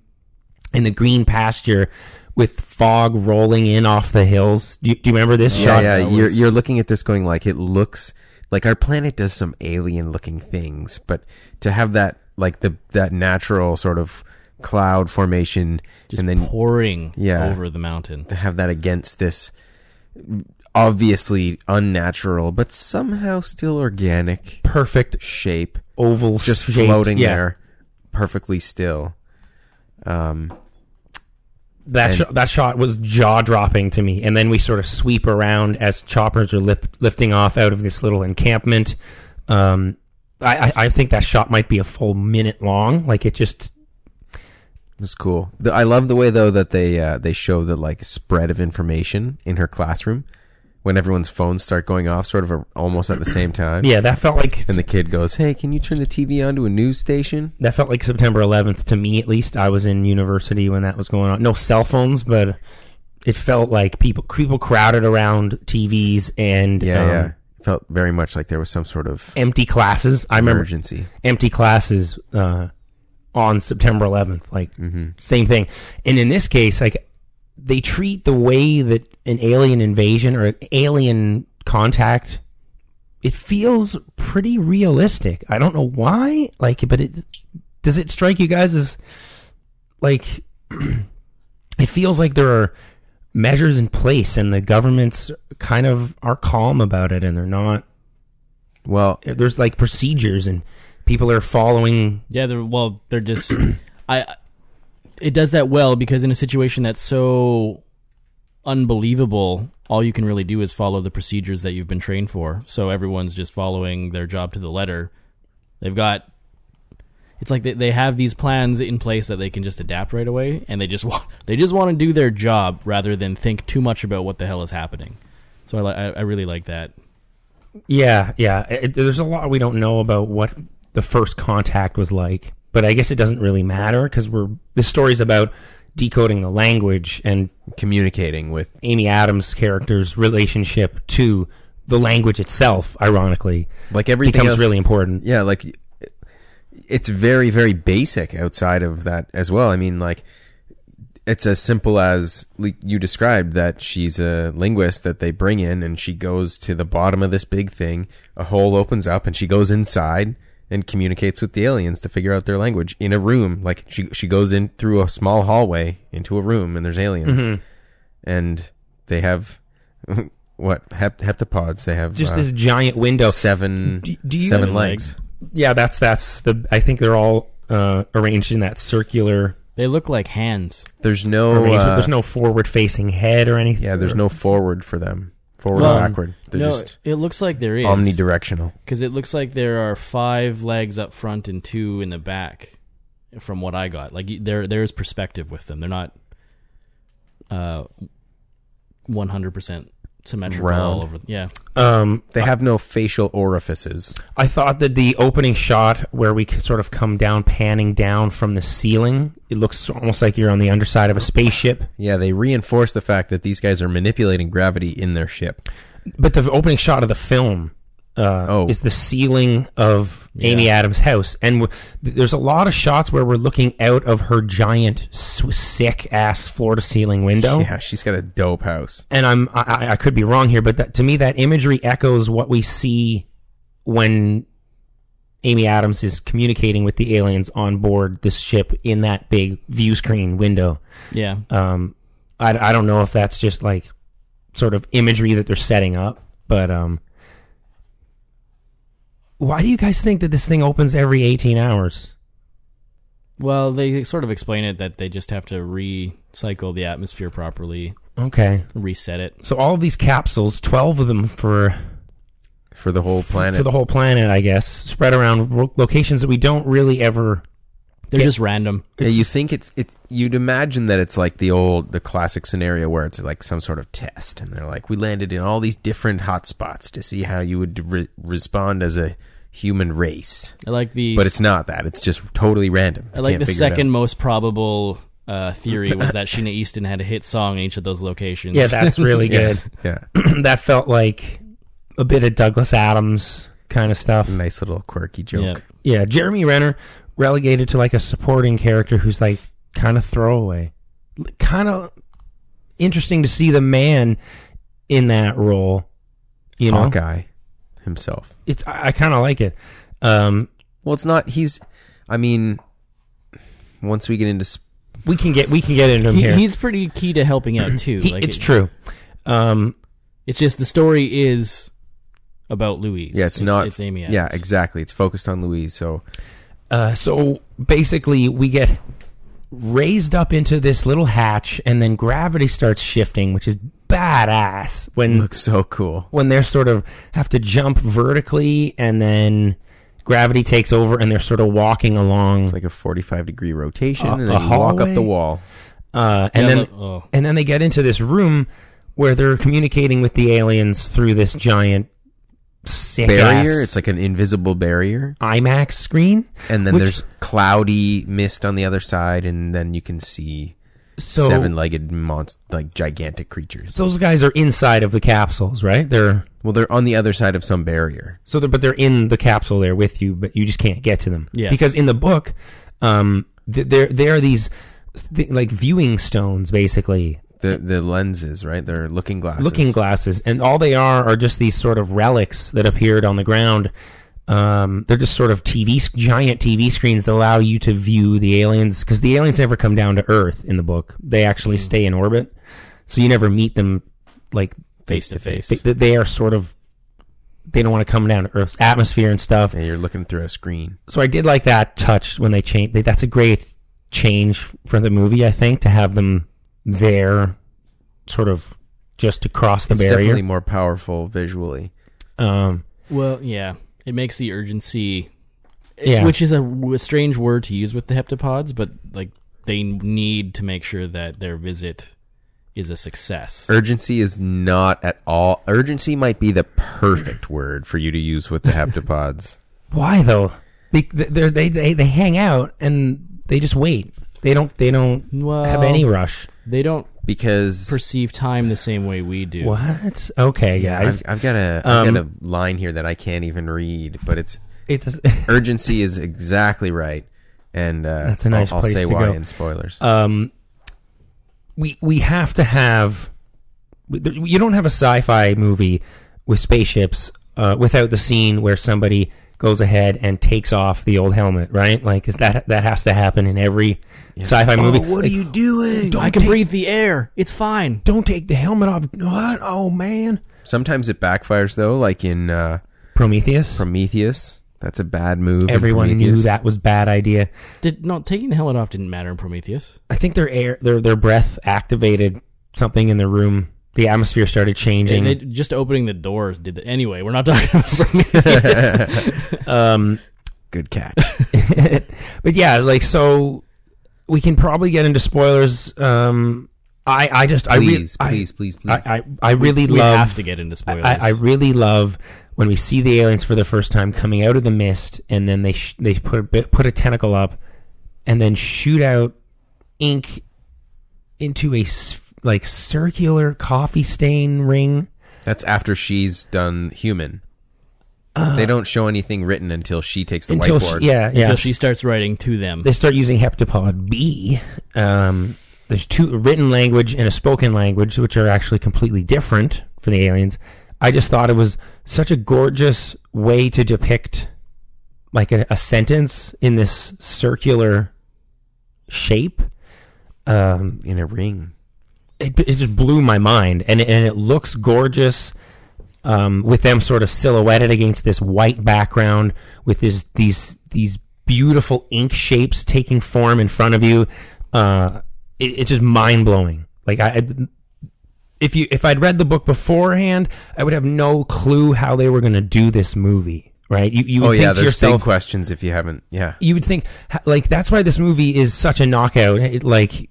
C: in the green pasture with fog rolling in off the hills. Do you, do you remember this
D: Yeah,
C: shot?
D: yeah. You're you're looking at this going like it looks like our planet does some alien looking things, but to have that like the that natural sort of cloud formation
E: Just
D: and then
E: pouring
D: Yeah.
E: over the mountain.
D: to have that against this obviously unnatural but somehow still organic
C: Perfect
D: shape
C: oval
D: just
C: shaped-
D: floating
C: yeah.
D: there perfectly still.
C: That
D: And-
C: shot, that shot was jaw dropping to me, and then we sort of sweep around as choppers are lip, lifting off out of this little encampment. Um, I, I, I think that shot might be a full minute long. Like it just
D: It was cool. The, I love the way though that they uh, they show the like spread of information in her classroom when everyone's phones start going off, sort of a, almost at the same time.
C: yeah, that felt like
D: And the kid goes, "Hey, can you turn the TV on to a news station?"
C: that felt like September 11th to me at least. I was in university when that was going on. No cell phones, but it felt like people people crowded around TVs and
D: Yeah,
C: um,
D: yeah. Felt very much like there was some sort of
C: empty classes. I remember
D: emergency.
C: empty classes uh, on September 11th. Like same thing. And in this case, like they treat the way that an alien invasion or an alien contact, it feels pretty realistic. I don't know why. Like, but it does it strike you guys as like (clears throat) it feels like there are measures in place and the governments kind of are calm about it and they're not
D: Well,
C: there's like procedures and people are following
E: Yeah, they're well, they're just I it does that well because in a situation that's so unbelievable, all you can really do is follow the procedures that you've been trained for. So everyone's just following their job to the letter. They've got it's like they, they have these plans in place that they can just adapt right away and they just (laughs) want they just want to do their job rather than think too much about what the hell is happening. So I li- I, I really like that.
C: yeah yeah It- there's a lot we don't know about what the first contact was like but i guess it doesn't really matter because we're the story's about decoding the language and
D: communicating with
C: amy adams character's relationship to the language itself, ironically,
D: Like everything
C: becomes
D: else-
C: really important.
D: yeah like it's very very basic outside of that as well i mean like it's as simple as like you described that she's a linguist that they bring in and she goes to the bottom of this big thing a hole opens up and she goes inside and communicates with the aliens to figure out their language in a room like she she goes in through a small hallway into a room and there's aliens
C: Mm-hmm.
D: and they have (laughs) what hept- heptapods they have
C: Just
D: uh,
C: this giant window.
D: seven
C: Do- do you-
D: seven
C: Seven
D: legs.
C: Yeah, that's that's the. I think they're all uh, arranged in that circular
E: They look like hands.
D: There's no
C: arrangement.
D: uh,
C: there's no forward-facing head or anything.
D: yeah. There's no forward for them. Forward
E: Well,
D: or backward. They're
E: no,
D: just
E: it looks like there is
D: omnidirectional.
E: because it looks like there are five legs up front and two in the back. From what I got, like y- there there is perspective with them. They're not uh one hundred percent symmetrical all
D: Round.
E: over. Yeah,
C: Um,
D: They have no facial orifices.
C: I thought that the opening shot where we could sort of come down, panning down from the ceiling, it looks almost like you're on the underside of a spaceship.
D: Yeah, they reinforce the fact that these guys are manipulating gravity in their ship.
C: But the opening shot of the film uh,
D: Oh.
C: is the ceiling of Amy Adams' house, and w- th- there's a lot of shots where we're looking out of her giant, sw- sick ass floor to ceiling window.
D: Yeah, she's got a dope house.
C: and I'm I, I- I could be wrong here, but that, to me that imagery echoes what we see when Amy Adams is communicating with the aliens on board this ship in that big view screen window.
E: yeah.
C: Um, I, I don't know if that's just like sort of imagery that they're setting up, but um, why do you guys think that this thing opens every 18 hours?
E: Well, they sort of explain it that they just have to recycle the atmosphere properly,
C: Okay,
E: reset it.
C: so all of these capsules, 12 of them for
D: For the whole planet.
C: for the whole planet, I guess, spread around ro- locations that we don't really ever.
E: They're
C: Yeah.
E: just random.
D: yeah, you think it's it? You'd imagine that it's like the old, the classic scenario where it's like some sort of test, and they're like, "We landed in all these different hotspots to see how you would re- respond as a human race."
E: I like the
D: But it's not that. It's just totally random.
E: I
D: You
E: like
D: can't
E: the
D: figure it out.
E: second most probable uh, theory
D: (laughs)
E: was that Sheena Easton had a hit song in each of those locations.
C: Yeah, that's really good. (clears throat)
D: Yeah.
C: that felt like a bit of Douglas Adams kind of stuff.
D: nice little quirky joke.
E: (laughs) Yeah.
C: Yeah, Jeremy Renner relegated to like a supporting character who's like kind of throwaway. Kind of interesting to see the man in that role. You know,
D: Hawkeye himself.
C: it's I, I kind of like it. Um,
D: Well, it's not. He's. I mean, once we get into sp-
C: we can get we can get into him
E: He-
C: here.
E: he's pretty key to
C: (clears throat)
E: helping out too.
C: He-
E: like
C: it's
E: it-
C: true. Um,
E: It's just the story is about Louise.
D: yeah, it's, not.
E: It's Amy.
D: Yeah,
E: Adams.
D: exactly. It's focused on
C: (laughs)
D: Louise. So
C: Uh, so basically, we get raised up into this little hatch, and then gravity starts shifting, which is badass. When
D: looks so cool.
C: when they're sort of have to jump vertically, and then gravity takes over, and they're sort of walking along,
D: It's like a forty-five degree rotation,
C: A-
D: and
C: a
D: then you walk up
C: hallway?
D: the wall.
C: uh, and
E: Yeah,
C: then
E: look- oh.
C: and then they get into this room where they're communicating with the aliens through this giant sick
D: Barrier. It's like an invisible barrier,
C: IMAX screen,
D: and then
C: which-
D: there's cloudy mist on the other side, and then you can see
C: so
D: seven-legged monst like gigantic creatures.
C: Those guys are inside of the capsules, right? They're
D: Well, they're on the other side of some barrier.
C: So, they're, but they're in the capsule there with you, but you just can't get to them.
E: Yes.
C: Because in the book, um, th- there there are these th- like viewing stones, basically
D: The the lenses, right? They're looking glasses.
C: looking glasses, and all they are are just these sort of relics that appeared on the ground. Um, they're just sort of TV sc- giant TV screens that allow you to view the aliens because the aliens never come down to Earth in the book. They
E: Mm.
C: actually stay in orbit, so you never meet them like
E: Face to face.
C: they, they are sort of they don't want to come down to Earth's atmosphere and stuff.
D: and you're looking through a screen.
C: so I did like that touch when they changed. They, that's a great change for the movie, I think, to have them there, sort of just to cross the
D: It's
C: barrier.
D: definitely more powerful visually.
C: Um,
E: Well, yeah, it makes the urgency, eh,
C: Yeah.
E: which is a, w- strange word to use with the heptapods, but like they need to make sure that their visit is a success.
C: Er
D: Urgency is not at all. Urgency might be the perfect word for you to use with the
C: (laughs)
D: heptapods.
C: why though? Be- they're- they they they hang out and they just wait. They don't they don't
E: Well-
C: have any rush.
E: They don't
D: because
E: perceive time the same way we do.
C: What? Okay,
D: yeah, I've,
C: guys.
D: I've got a have got a
C: Um,
D: line here that I can't even read, but it's
C: It's (laughs)
D: urgency is exactly right, and uh,
C: That's a nice
D: I'll, I'll
C: place
D: say
C: to
D: why
C: go.
D: in spoilers.
C: um, we we have to have. we- there- You don't have a sci-fi movie with spaceships uh, without the scene where somebody goes ahead and takes off the old helmet, right? Like is that that has to happen in every sci-fi movie. Like,
D: Oh, you doing?
E: I can breathe the air. It's fine.
C: Don't take the helmet off. What? Oh man,
D: Sometimes it backfires though, like in uh,
C: Prometheus.
D: Prometheus. That's a bad move. in
C: Everyone knew
D: Prometheus.
C: that was bad idea.
E: Did no taking the helmet off didn't matter in Prometheus.
C: I think their air, their their breath activated something in the room. The atmosphere started changing.
E: And it, just opening the doors did. The, anyway, we're not talking
C: (laughs)
E: about Prometheus.
D: Good catch.
C: (laughs) but yeah, like so, we can probably get into spoilers. Um, I I just I really
D: please, please, please, please.
C: I, I, I really
E: we
C: love
E: have to get into spoilers.
C: I, I really love when we see the aliens for the first time coming out of the mist, and then they sh- they put a bit, put a tentacle up, and then shoot out ink into a s- like circular coffee stain ring.
D: That's after she's done human. they don't show anything written until she takes the
C: Until
D: whiteboard.
C: she, yeah, yeah.
E: until she starts writing to them.
C: they start using heptapod B. Um, there's two a written language and a spoken language, which are actually completely different for the aliens. I just thought it was such a gorgeous way to depict like a, a sentence in this circular shape. Um,
D: in a ring.
C: it, it just blew my mind, and and it looks gorgeous. Um, with them sort of silhouetted against this white background, with this, these these beautiful ink shapes taking form in front of you, uh, it, it's just mind blowing. Like I, I- if you if I'd read the book beforehand, I would have no clue how they were going to do this movie. Right? You you would
D: Oh
C: think
D: yeah,
C: to
D: there's
C: yourself,
D: big questions if you haven't. Yeah,
C: you would think ha- like that's why this movie is such a knockout It, like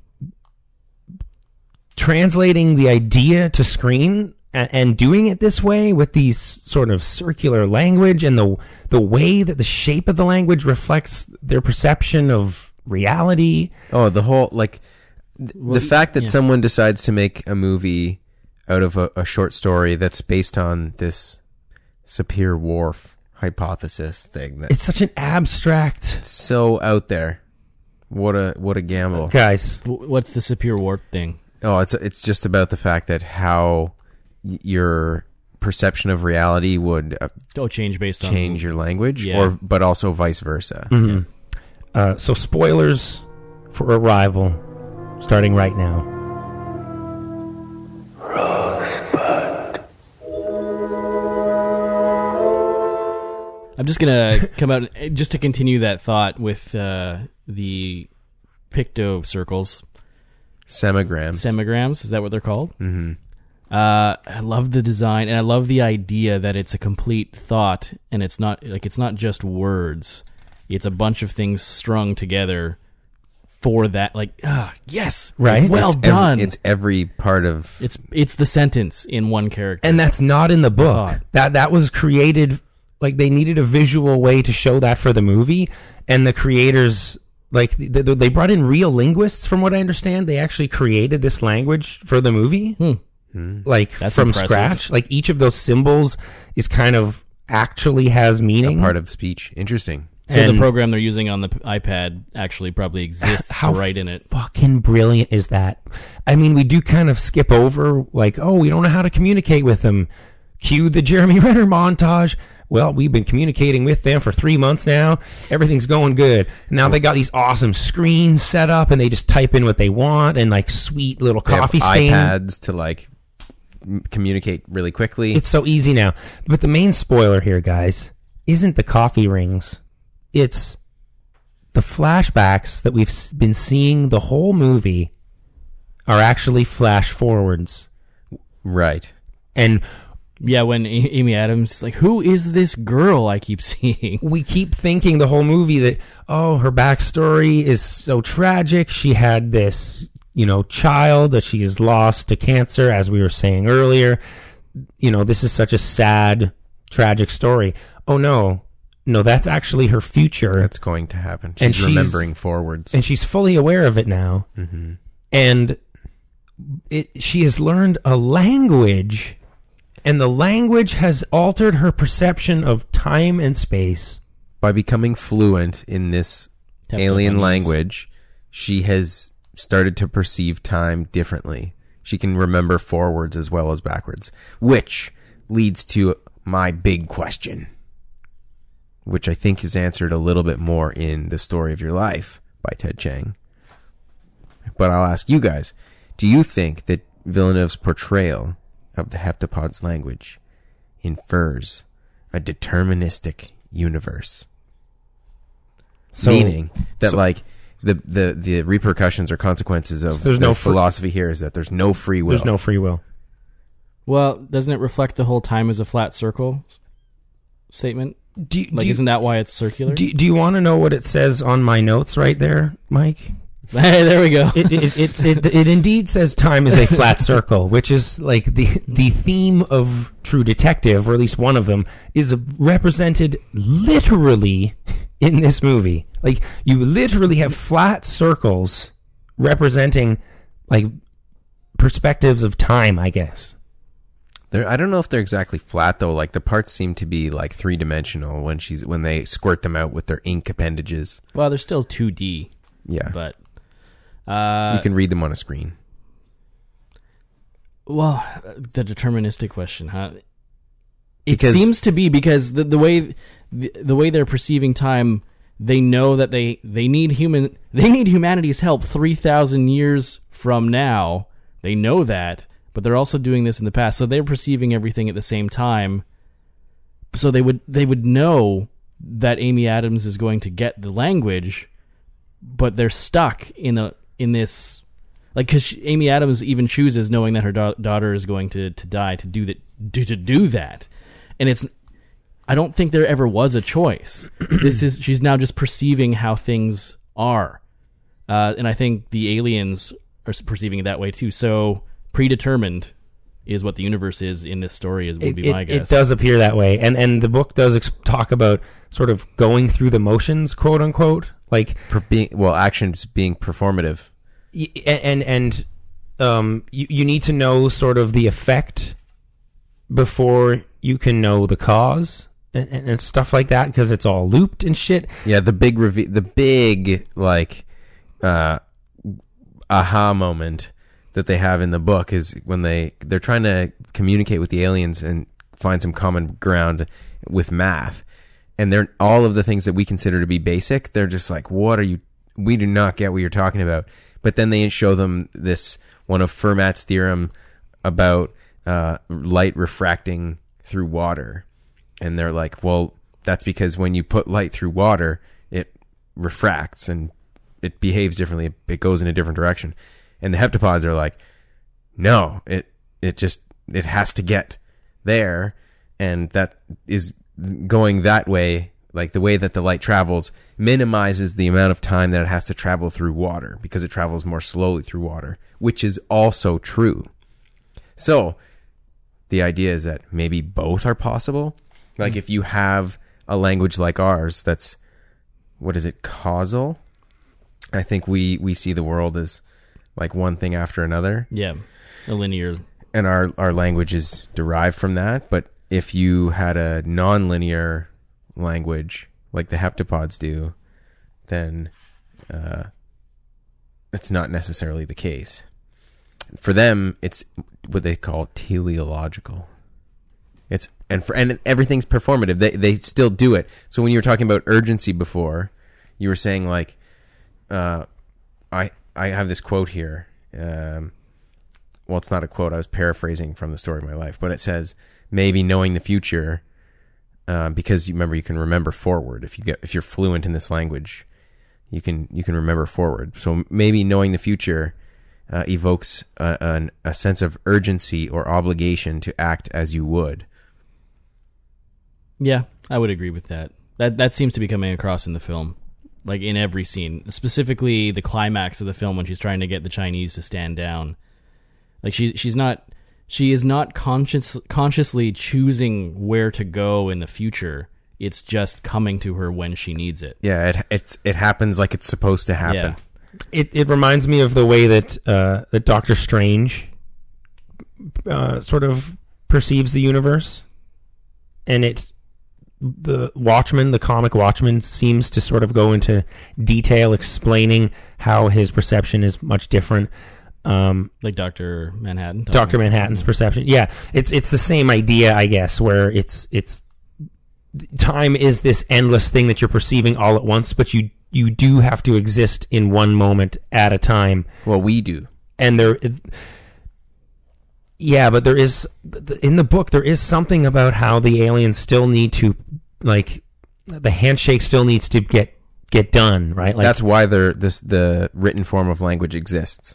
C: translating the idea to screen and, and doing it this way with these sort of circular language and the the way that the shape of the language reflects their perception of reality
D: Oh, the whole like th- the fact that someone decides to make a movie out of a, a short story that's based on this Sapir Whorf hypothesis thing that's
C: it's such an abstract
D: so out there. What a what a gamble.
C: guys
E: W- What's the Sapir Whorf thing?
D: Oh, it's it's just about the fact that how y- your perception of reality would uh,
E: Oh, change based on
D: change your language
E: Yeah.
D: or but also vice versa.
C: uh, so spoilers for arrival starting right now
E: I'm just gonna (laughs) come out eh, just to continue that thought with uh, the picto circles,
D: Semograms.
E: semigrams. Is that what they're called? Mm-hmm. Uh, I love the design, and I love the idea that it's a complete thought, and it's not like it's not just words. It's a bunch of things strung together for that. Like, ah, yes,
C: Right.
E: it's well
D: It's ev-
E: done.
D: it's every part of
E: it's it's the sentence in one character.
C: and that's not in the book.
E: thought.
C: That that was created like they needed a visual way to show that for the movie, and the creators like they, they brought in real linguists. From what I understand, they actually created this language for the movie, Hmm. like
E: Hmm. That's
C: from
E: impressive.
C: scratch. Like each of those symbols is kind of actually has meaning.
D: a part of speech. Interesting.
E: so
C: and-
E: the program they're using on the p- iPad actually probably exists
C: How
E: right in it.
C: Fucking brilliant is that? I mean, we do kind of skip over, like, oh, we don't know how to communicate with them. Cue the Jeremy (laughs) Renner montage. Well, we've been communicating with them for three months now. Everything's going good. Now they got these awesome screens set up, and they just type in what they want, and like sweet little
D: They have
C: coffee stain.
D: iPads to like m- communicate really quickly.
C: It's so easy now. But the main spoiler here, guys, isn't the coffee rings. It's the flashbacks that we've s- been seeing the whole movie are actually flash forwards.
D: right.
C: And
E: Yeah, when A- Amy Adams is like, "Who is this girl I keep (laughs) seeing?"
C: we keep thinking the whole movie that, oh, her backstory is so tragic. She had this, you know, child that she has lost to cancer, as we were saying earlier. You know, this is such a sad, tragic story. Oh, no. No, that's actually her future.
D: That's going to happen. She's
C: And she's-
D: remembering forwards.
E: Mm-hmm.
C: and she's fully aware of it now. And it, she has learned a language, and the language has altered her perception of time and space.
D: by becoming fluent in this alien
E: Heptophonies.
D: language, she has started to perceive time differently. She can remember forwards as well as backwards, which leads to my big question, which I think is answered a little bit more in The Story of Your Life by Ted Chang. But I'll ask you guys do you think that Villeneuve's portrayal of the heptapod's language infers a deterministic universe?
C: So
D: meaning that like the, the the repercussions or consequences of
C: there's
D: their
C: no free-
D: philosophy here is that there's no free will.
C: there's no free will.
E: Well, doesn't it reflect the whole time is a flat circle s- statement?
C: Do, you-
E: Like,
C: do you-
E: isn't that why it's circular? (laughs)
C: do, do you want to know what it says on my notes right there, Mike?
E: hey, there we go.
C: it, it, it, it, it indeed says time is a
E: (laughs)
C: flat circle, which is like the the theme of True Detective, or at least one of them, is represented literally in this movie. Like you literally have flat circles representing like perspectives of time, I guess.
D: They're- I don't know if they're exactly flat though. Like the parts seem to be like three dimensional when she's when they squirt them out with their ink appendages.
E: well, they're still 2D,
D: Yeah,
E: but uh,
D: you can read them on a screen.
E: Well, the deterministic question, huh? It
D: Because-
E: seems to be because the the way the, the way they're perceiving time, they know that they they need human (laughs) they need humanity's help 3000 years from now. They know that, but they're also doing this in the past. So they're perceiving everything at the same time. So they would they would know that Amy Adams is going to get the language, but they're stuck in a in this like because Amy Adams even chooses knowing that her da- daughter is going to, to die to do that do, to do that, and it's I don't think there ever was
C: (clears throat)
E: a choice. this is she's now just perceiving how things are, uh, and I think the aliens are s- perceiving it that way too. So predetermined is what the universe is in this story is would
C: It,
E: be my
C: it-
E: guess.
C: it does appear that way, and and the book does ex- talk about sort of going through the motions, quote unquote, like
D: Per being, well, actions being performative.
C: y- and and um, you, you need to know sort of the effect before you can know the cause and, and, and stuff like that because it's all looped and shit.
D: Yeah, the big reve- the big like uh aha moment that they have in the book is when they they're trying to communicate with the aliens and find some common ground with math. And they're all of the things that we consider to be basic, they're just like, "What are you we do not get what you're talking about." But then they show them this one of Fermat's theorem about uh, light refracting through water and they're like, "Well, that's because when you put light through water, it refracts and it behaves differently. It goes in a different direction." And the heptapods are like, "No, it it just it has to get there, and that is going that way." Like the way that the light travels minimizes the amount of time that it has to travel through water because it travels more slowly through water, which is also true. So the idea is that maybe both are possible. Like if you have a language like ours that's what is it causal? I think we we see the world as like one thing after another
E: yeah, a linear.
D: and our our language is derived from that, but if you had a nonlinear language like the heptapods do, then uh, it's not necessarily the case. For them, it's what they call teleological. It's and for and everything's performative. They they still do it. So when you were talking about urgency before, you were saying like, uh, I I have this quote here. Um, well, it's not a quote. I was paraphrasing from the story of my life, but it says maybe knowing the future, uh, because you remember you can remember forward if you get if you're fluent in this language, you can you can remember forward. So maybe knowing the future uh, evokes a, an, a sense of urgency or obligation to act as you would.
E: Yeah, I would agree with that. That that seems to be coming across in the film, like in every scene, specifically the climax of the film when she's trying to get the Chinese to stand down. Like she she's not she is not conscious consciously choosing where to go in the future. It's just coming to her when she needs it.
D: Yeah, it it's it happens like it's supposed to happen.
E: Yeah.
C: It it reminds me of the way that uh, that Doctor Strange uh, sort of perceives the universe, and it the Watchman, the comic Watchman, seems to sort of go into detail explaining how his perception is much different. Um,
E: like Doctor Manhattan.
C: Doctor Manhattan's perception, yeah, it's it's the same idea, I guess, where it's it's time is this endless thing that you're perceiving all at once, but you you do have to exist in one moment at a time,
D: Well, we do.
C: and there. yeah, but there is in the book there is something about how the aliens still need to like the handshake still needs to get get done, right? Like
D: That's why they this the written form of language exists.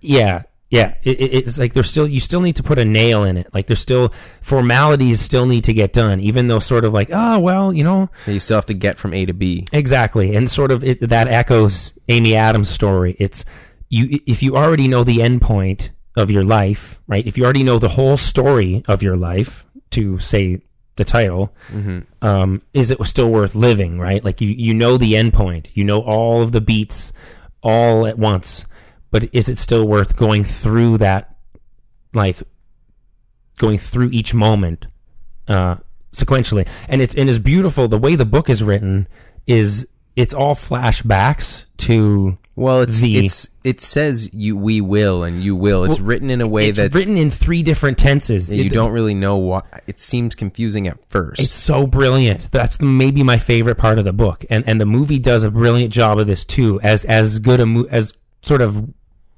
C: Yeah, yeah. It, it- it's like there's still you still need to put a nail in it. Like there's still formalities still need to get done, even though sort of like oh well, you know
D: That you still have to get from A to B.
C: exactly, and sort of it, that echoes Amy Adams' story. It's you if you already know the end point of your life, right? If you already know the whole story of your life, to say the title, um, is it still worth living? Right? Like you you know the end point, you know all of the beats all at once. But is it still worth going through that like going through each moment uh, sequentially, and it's and it's beautiful. The way the book is written is it's all flashbacks to
D: Well, it's
C: The-
D: it's it says you we will and you will. It's
C: Well,
D: written in a way
C: it's
D: that's
C: written in three different tenses.
D: that you
C: It-
D: don't really know why. It seems confusing at first.
C: It's so brilliant. That's maybe my favorite part of the book, and and the movie does a brilliant job of this too. As as good a mo- as sort of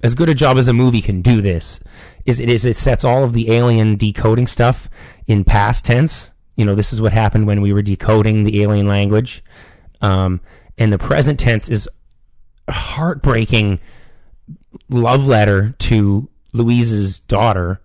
C: as good a job as a movie can do this is it is it sets all of the alien decoding stuff in past tense. You know, this is what happened when we were decoding the alien language, um, and the present tense is heartbreaking love letter to Louise's daughter.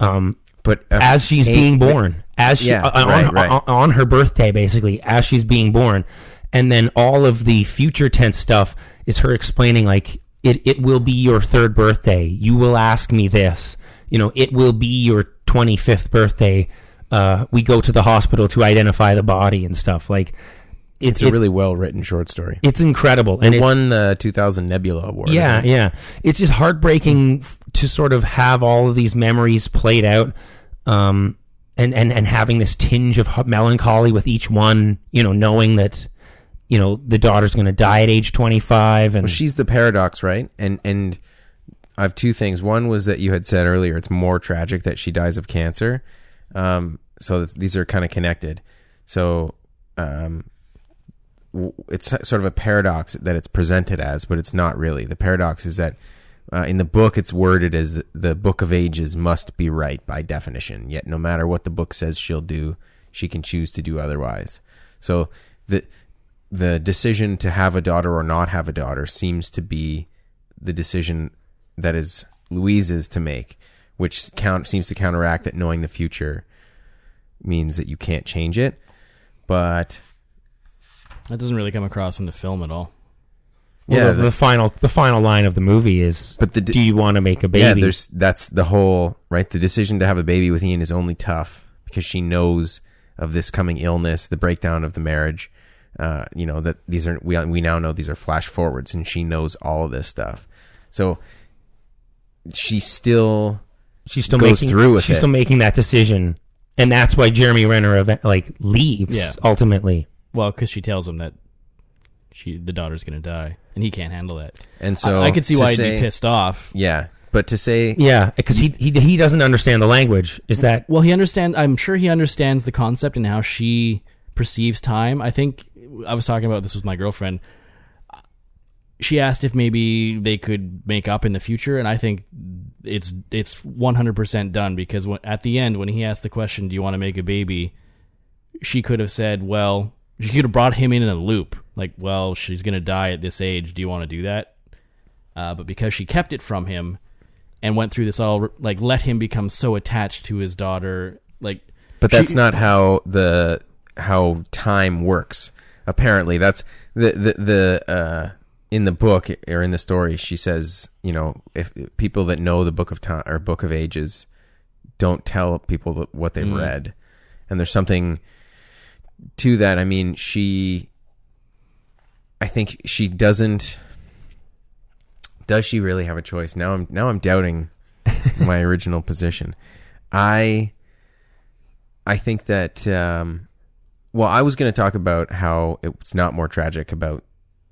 C: Um,
D: but uh,
C: as she's
D: a-
C: being born, as she
D: Yeah,
C: uh, on,
D: right,
C: on-
D: right.
C: on, her birthday, basically, as she's being born, and then all of the future tense stuff is her explaining like it it will be your third birthday. You will ask me this. You know, it will be your twenty fifth birthday. Uh, we go to the hospital to identify the body and stuff like. It's
D: It's a
C: it-
D: really well written short story.
C: it's incredible and
D: It
C: it's,
D: won the 2000 Nebula Award. I
C: yeah,
D: think.
C: yeah. It's just heartbreaking f- to sort of have all of these memories played out, um, and and and having this tinge of h- melancholy with each one. You know, knowing that you know the daughter's going to die at age twenty five, and
D: Well, she's the paradox, right? And and I have two things. One was that you had said earlier, it's more tragic that she dies of cancer. Um, so it's, these are kind of connected. So um, w- it's sort of a paradox that it's presented as, but it's not really. The paradox is that uh, in the book, it's worded as the book of ages must be right by definition. Yet, no matter what the book says she'll do, she can choose to do otherwise. So the the decision to have a daughter or not have a daughter seems to be the decision that is Louise's to make, which count seems to counteract that knowing the future means that you can't change it. But
E: That doesn't really come across in the film at all.
C: Well,
D: yeah,
C: the,
D: the-
C: the final the final line of the movie is,
D: But the d-
C: do you want to make a
D: yeah,
C: baby?
D: there's that's the whole right. The decision to have a baby with Ian is only tough because she knows of this coming illness, the breakdown of the marriage. Uh, you know that these are we we now know these are flash forwards, and she knows all of this stuff. So she still
C: she's still
D: goes
C: making
D: through with
C: she's
D: it.
C: still making that decision, and that's why Jeremy Renner event, like leaves
E: Yeah.
C: ultimately.
E: Well, because she tells him that she the daughter's gonna die, and he can't handle that.
D: And so
E: I, I could see
D: to
E: why he'd
D: say-
E: be pissed off.
D: Yeah, but to say
C: Yeah, because he, he he doesn't understand the language. Is that
E: Well, he understands. I'm sure he understands the concept and how she perceives time. I think I was talking about this with my girlfriend. She asked if maybe they could make up in the future, and I think it's it's 100% done because when, at the end, when he asked the question, "Do you want to make a baby?" she could have said, "Well," she could have brought him in in a loop, like, "Well, she's gonna die at this age. Do you want to do that?" Uh, but because she kept it from him, and went through this all like let him become so attached to his daughter like
D: But that's not how the how time works. Apparently, that's the the the uh, in the book or in the story. She says, you know, if people that know the book of time or book of ages don't tell people that- what they've read, and there's something to that. I mean, she, I think she doesn't. does she really have a choice? Now I'm now I'm doubting my original position. I I think that um, well, I was going to talk about how it's not more tragic about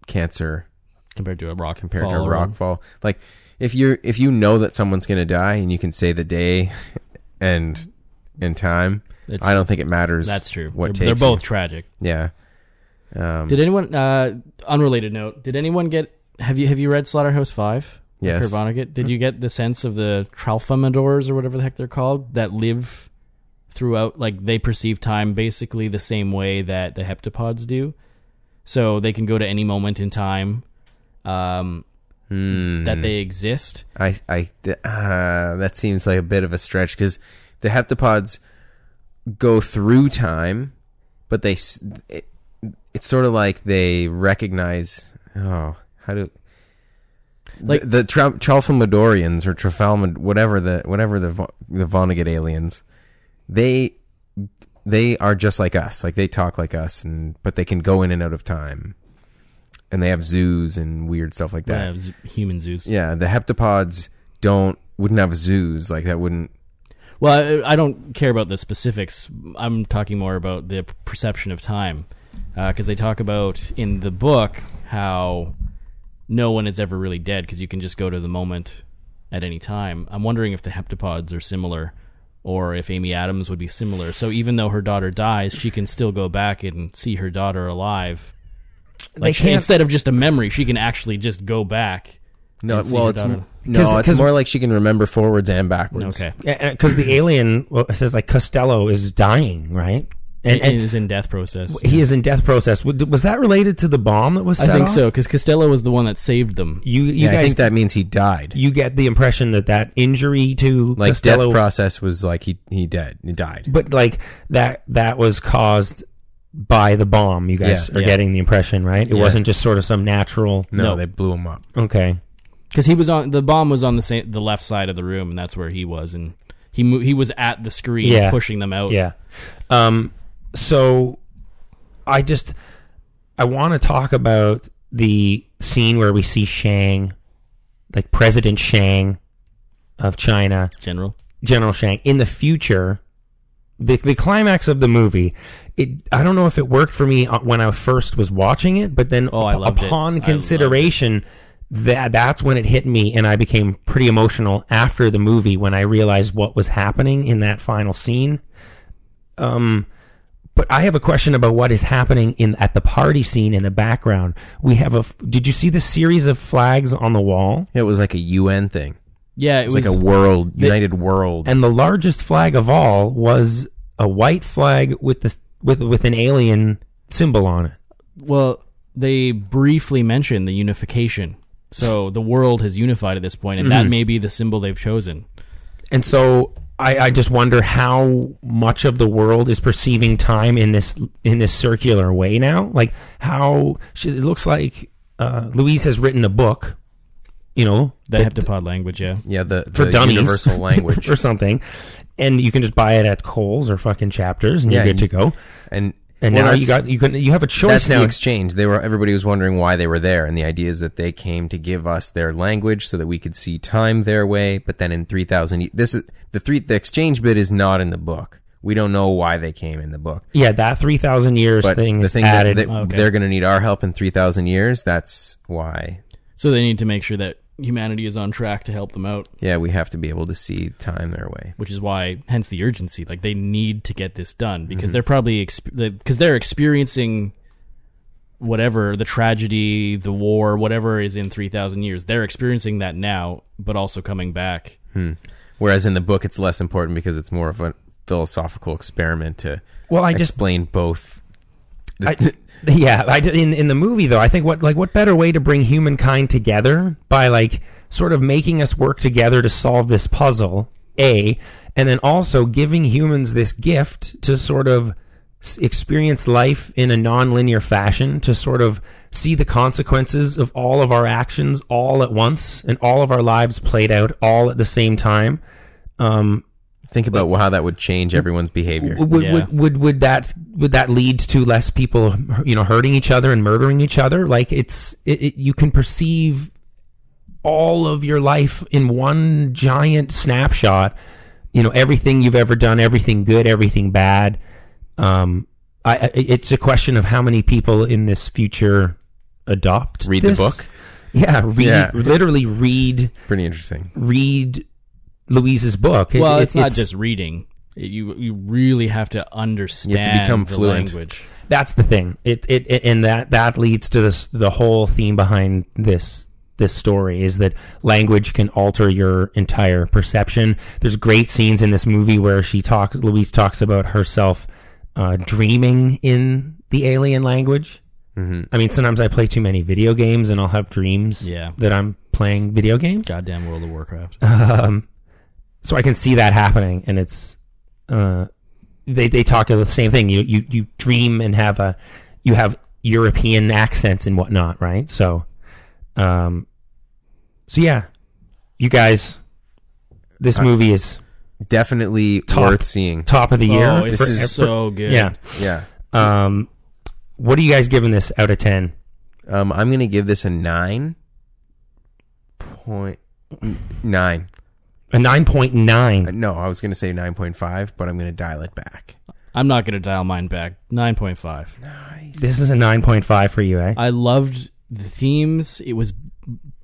D: cancer
E: compared to a rock
D: compared
E: fall
D: to a
E: or-
D: rock fall. Like if you're if you know that someone's going to die and you can say the day (laughs) and and time,
E: It's-
D: I don't think it matters.
E: That's true.
D: What
E: they're,
D: takes
E: they're
D: you.
E: both tragic.
D: yeah. Um,
E: Did anyone? Uh, unrelated note. Did anyone get? Have you have you read Slaughterhouse Five?
D: Yes.
E: Kurt Vonnegut? Did you get the sense of the Tralfamadors or whatever the heck they're called that live throughout? Like they perceive time basically the same way that the heptapods do. So they can go to any moment in time um,
D: Hmm.
E: that they exist.
D: I, I, th- uh, that seems like a bit of a stretch because the heptapods go through time, but they, s- it, it's sort of like they recognize. Oh, how do like
E: Like-
D: the, the Tra- Tralfamadorians or Trafalmad, whatever the whatever the Vo- the Vonnegut aliens, they they are just like us. Like they talk like us, and but they can go in and out of time, and they have zoos and weird stuff like that.
E: Yeah, z- human zoos.
D: Yeah, the heptapods don't wouldn't have zoos like that. Wouldn't
E: Well, I, I don't care about the specifics. I'm talking more about the perception of time, because they talk about in the book how no one is ever really dead because you can just go to the moment at any time. I'm wondering if the heptapods are similar, or if Amy Adams would be similar. So even though her daughter dies, she can still go back and see her daughter alive. Like she-
C: can't-
E: instead of just a memory, she can actually just go back.
D: no?
E: And see
D: Well,
E: your
D: it's
E: daughter.
D: m- no,
C: 'Cause-
D: it's
C: 'cause-
D: more like she can remember forwards and backwards.
E: Okay,
C: because uh, the alien well, it says like Costello is dying, right? And,
E: it
C: and
E: is in death process.
C: he is in death process. W- Was that related to the bomb that was?
E: I
C: Set
E: think
C: off?
E: so because Costello was the one that saved them.
C: You, you
D: Yeah, I
C: guys,
D: think that means he died.
C: you get the impression that that injury to
D: Like
C: Costello,
D: death process was like he he dead he died.
C: but like that that was caused by the bomb. You guys
D: Yeah,
C: are
E: yeah.
C: getting the impression, right? It
D: Yeah.
C: wasn't just sort of some natural.
D: No,
E: No.
D: they blew him up.
C: Okay,
E: because he was on the bomb was on the same, the left side of the room, and that's where he was, and he mo- he was at the screen
C: Yeah.
E: pushing them out.
C: yeah. Um, so I just I want to talk about the scene where we see Shang, like President Shang of China,
E: General.
C: General Shang in the future, the the climax of the movie. It I don't know if it worked for me uh, when I first was watching it, but then
E: Oh, I
C: up-
E: loved it. I
C: upon
E: loved it.
C: consideration, that that's when it hit me, and I became pretty emotional after the movie when I realized what was happening in that final scene. Um. But I have a question about what is happening in at the party scene in the background. We have a. f- Did you see the series of flags on the wall?
D: It was like a UN thing.
E: Yeah, it
D: It was,
E: was,
D: like a world United World.
C: and the largest flag of all was a white flag with the with with an alien symbol on it.
E: well, they briefly mentioned the unification. So the world has unified at this point, and
C: Mm-hmm.
E: that may be the symbol they've chosen.
C: And so I, I just wonder how much of the world is perceiving time in this in this circular way now. Like how she, it looks like uh, Louise has written a book, you know,
E: The heptapod language, yeah.
D: yeah, the,
C: for
D: the
C: dummies, (laughs)
D: universal language.
C: or something, and you can just buy it at Kohl's or fucking Chapters, and
D: Yeah,
C: you're good
D: you-
C: to go.
D: and
C: And
D: well,
C: now you
D: that's-
C: got you can you have a choice
D: That's now
C: now.
D: exchange. They were everybody was wondering why they were there, and the idea is that they came to give us their language so that we could see time their way. But then in three thousand, ye- this is the three the exchange bit is not in the book. We don't know why they came in the book.
C: yeah, that three thousand years
D: But
C: thing
D: the
C: is
D: thing
C: added.
D: that, that
E: Okay.
D: they're going to need our help in three thousand years. That's why.
E: So they need to make sure that humanity is on track to help them out,
D: Yeah, we have to be able to see time their way.
E: which is why, hence the urgency. Like they need to get this done because they're probably exp- they- because they're experiencing whatever the tragedy, the war, whatever is in three thousand years. They're experiencing that now, but also coming back.
D: Whereas in the book, it's less important because it's more of a philosophical experiment to
C: Well, I just
D: explain both.
C: I, (laughs) yeah, I did, in in the movie though. I think what like what better way to bring humankind together by like sort of making us work together to solve this puzzle, a, and then also giving humans this gift to sort of s- experience life in a non-linear fashion to sort of see the consequences of all of our actions all at once and all of our lives played out all at the same time um
D: Think about how that would change everyone's behavior.
C: would,
E: Yeah.
C: would, would would that would that lead to less people you know hurting each other and murdering each other like it's it, it, you can perceive all of your life in one giant snapshot. You know, everything you've ever done, everything good, everything bad. Um, I, I, it's a question of how many people in this future adopt
D: Read the
C: this.
D: book?
C: Yeah, read
D: Yeah.
C: literally read
D: Pretty interesting.
C: read Louise's book. It-
E: Well,
C: it-
E: it's, not just reading. It- You you really have to understand
D: become
E: the
D: fluent.
E: language.
C: that's the thing. It, it it and that that leads to this the whole theme behind this this story is that language can alter your entire perception. There's great scenes in this movie where she talks Louise talks about herself uh, dreaming in the alien language. I mean, sometimes I play too many video games and I'll have dreams
E: Yeah.
C: that I'm playing video games.
E: Goddamn World of Warcraft.
C: so I can see that happening, and it's uh, they they talk of the same thing. You you you dream and have a you have European accents and whatnot, right? So, um, so yeah, you guys,
E: Uh,
C: this movie is
D: Definitely
C: Top.
D: worth seeing.
C: top of the year.
E: oh, it's
C: for-
D: is
E: so good.
C: yeah.
D: Yeah.
C: Um, what are you guys giving this out of ten?
D: Um, I'm gonna give this a nine point nine.
C: A nine point
D: Uh,
C: nine.
D: No, I was gonna say nine point five, but I'm gonna dial it back.
E: I'm not gonna dial mine back. Nine point five.
C: This is a nine point five for you, eh?
E: I loved the themes. It was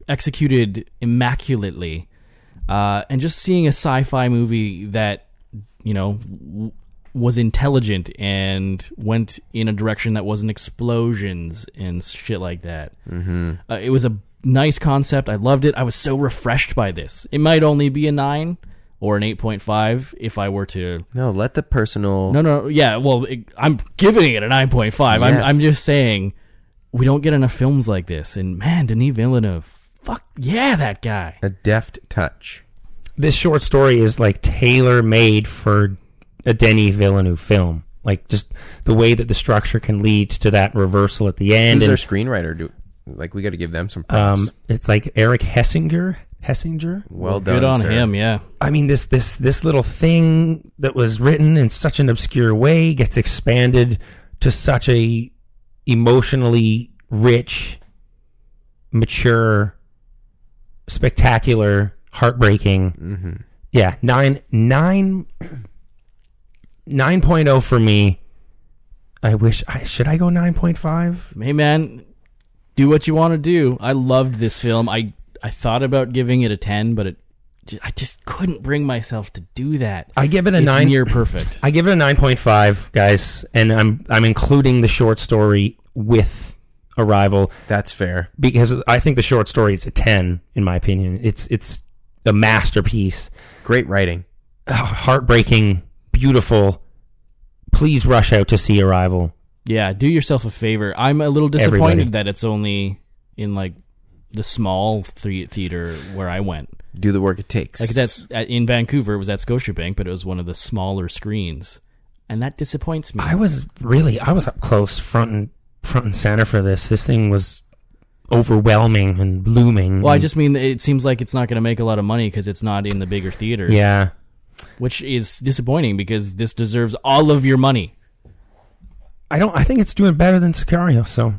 E: executed immaculately, uh, and just seeing a sci-fi movie that you know w- was intelligent and went in a direction that wasn't explosions and shit like that. Mm-hmm. Uh, it was a nice concept. I loved it. I was so refreshed by this. It might only be a nine or an eight point five if I were to
D: No, let the personal.
E: no, no, yeah. Well, it, I'm giving it a 9.5. I'm,
D: Yes.
E: I'm just saying we don't get enough films like this. And man, Denis Villeneuve, fuck yeah, that guy.
D: A deft touch.
C: this short story is like tailor made for a Denny Villeneuve film. Like just the way that the structure can lead to that reversal at the end.
D: Who's our
C: And,
D: screenwriter? Do like we got to give them some props.
C: um, it's like Eric Hessinger. Hessinger.
D: well done,
E: Good on
D: sir.
E: him, yeah.
C: I mean, this this this little thing that was written in such an obscure way gets expanded to such a emotionally rich, mature, spectacular, heartbreaking.
E: Mm-hmm.
C: Yeah, nine nine nine point oh for me. I wish I should I go nine point five.
E: Hey, man, do what you want to do. I loved this film. I, I thought about giving it a 10, but it, I just couldn't bring myself to do that.
C: I give it a
E: It's
C: nine.
E: near perfect.
C: I give it a nine point five, guys, and I'm I'm including the short story with Arrival.
D: That's fair.
C: because I think the short story is a ten in my opinion. It's it's a masterpiece,
D: Great writing.
C: heartbreaking, beautiful. Please rush out to see Arrival.
E: Yeah, do yourself a favor. I'm a little disappointed
C: Everybody.
E: that it's only in like the small th- theater where I went.
D: Do the work it takes.
E: Like that's at, in Vancouver, it was at Scotiabank, but it was one of the smaller screens, and that disappoints me.
C: I was really I was up close, front and front and center for this. This thing was overwhelming and blooming.
E: well, I
C: and-
E: just mean that it seems like it's not going to make a lot of money because it's not in the bigger theaters.
C: yeah.
E: which is disappointing because this deserves all of your money.
C: I don't. I think it's doing better than Sicario. So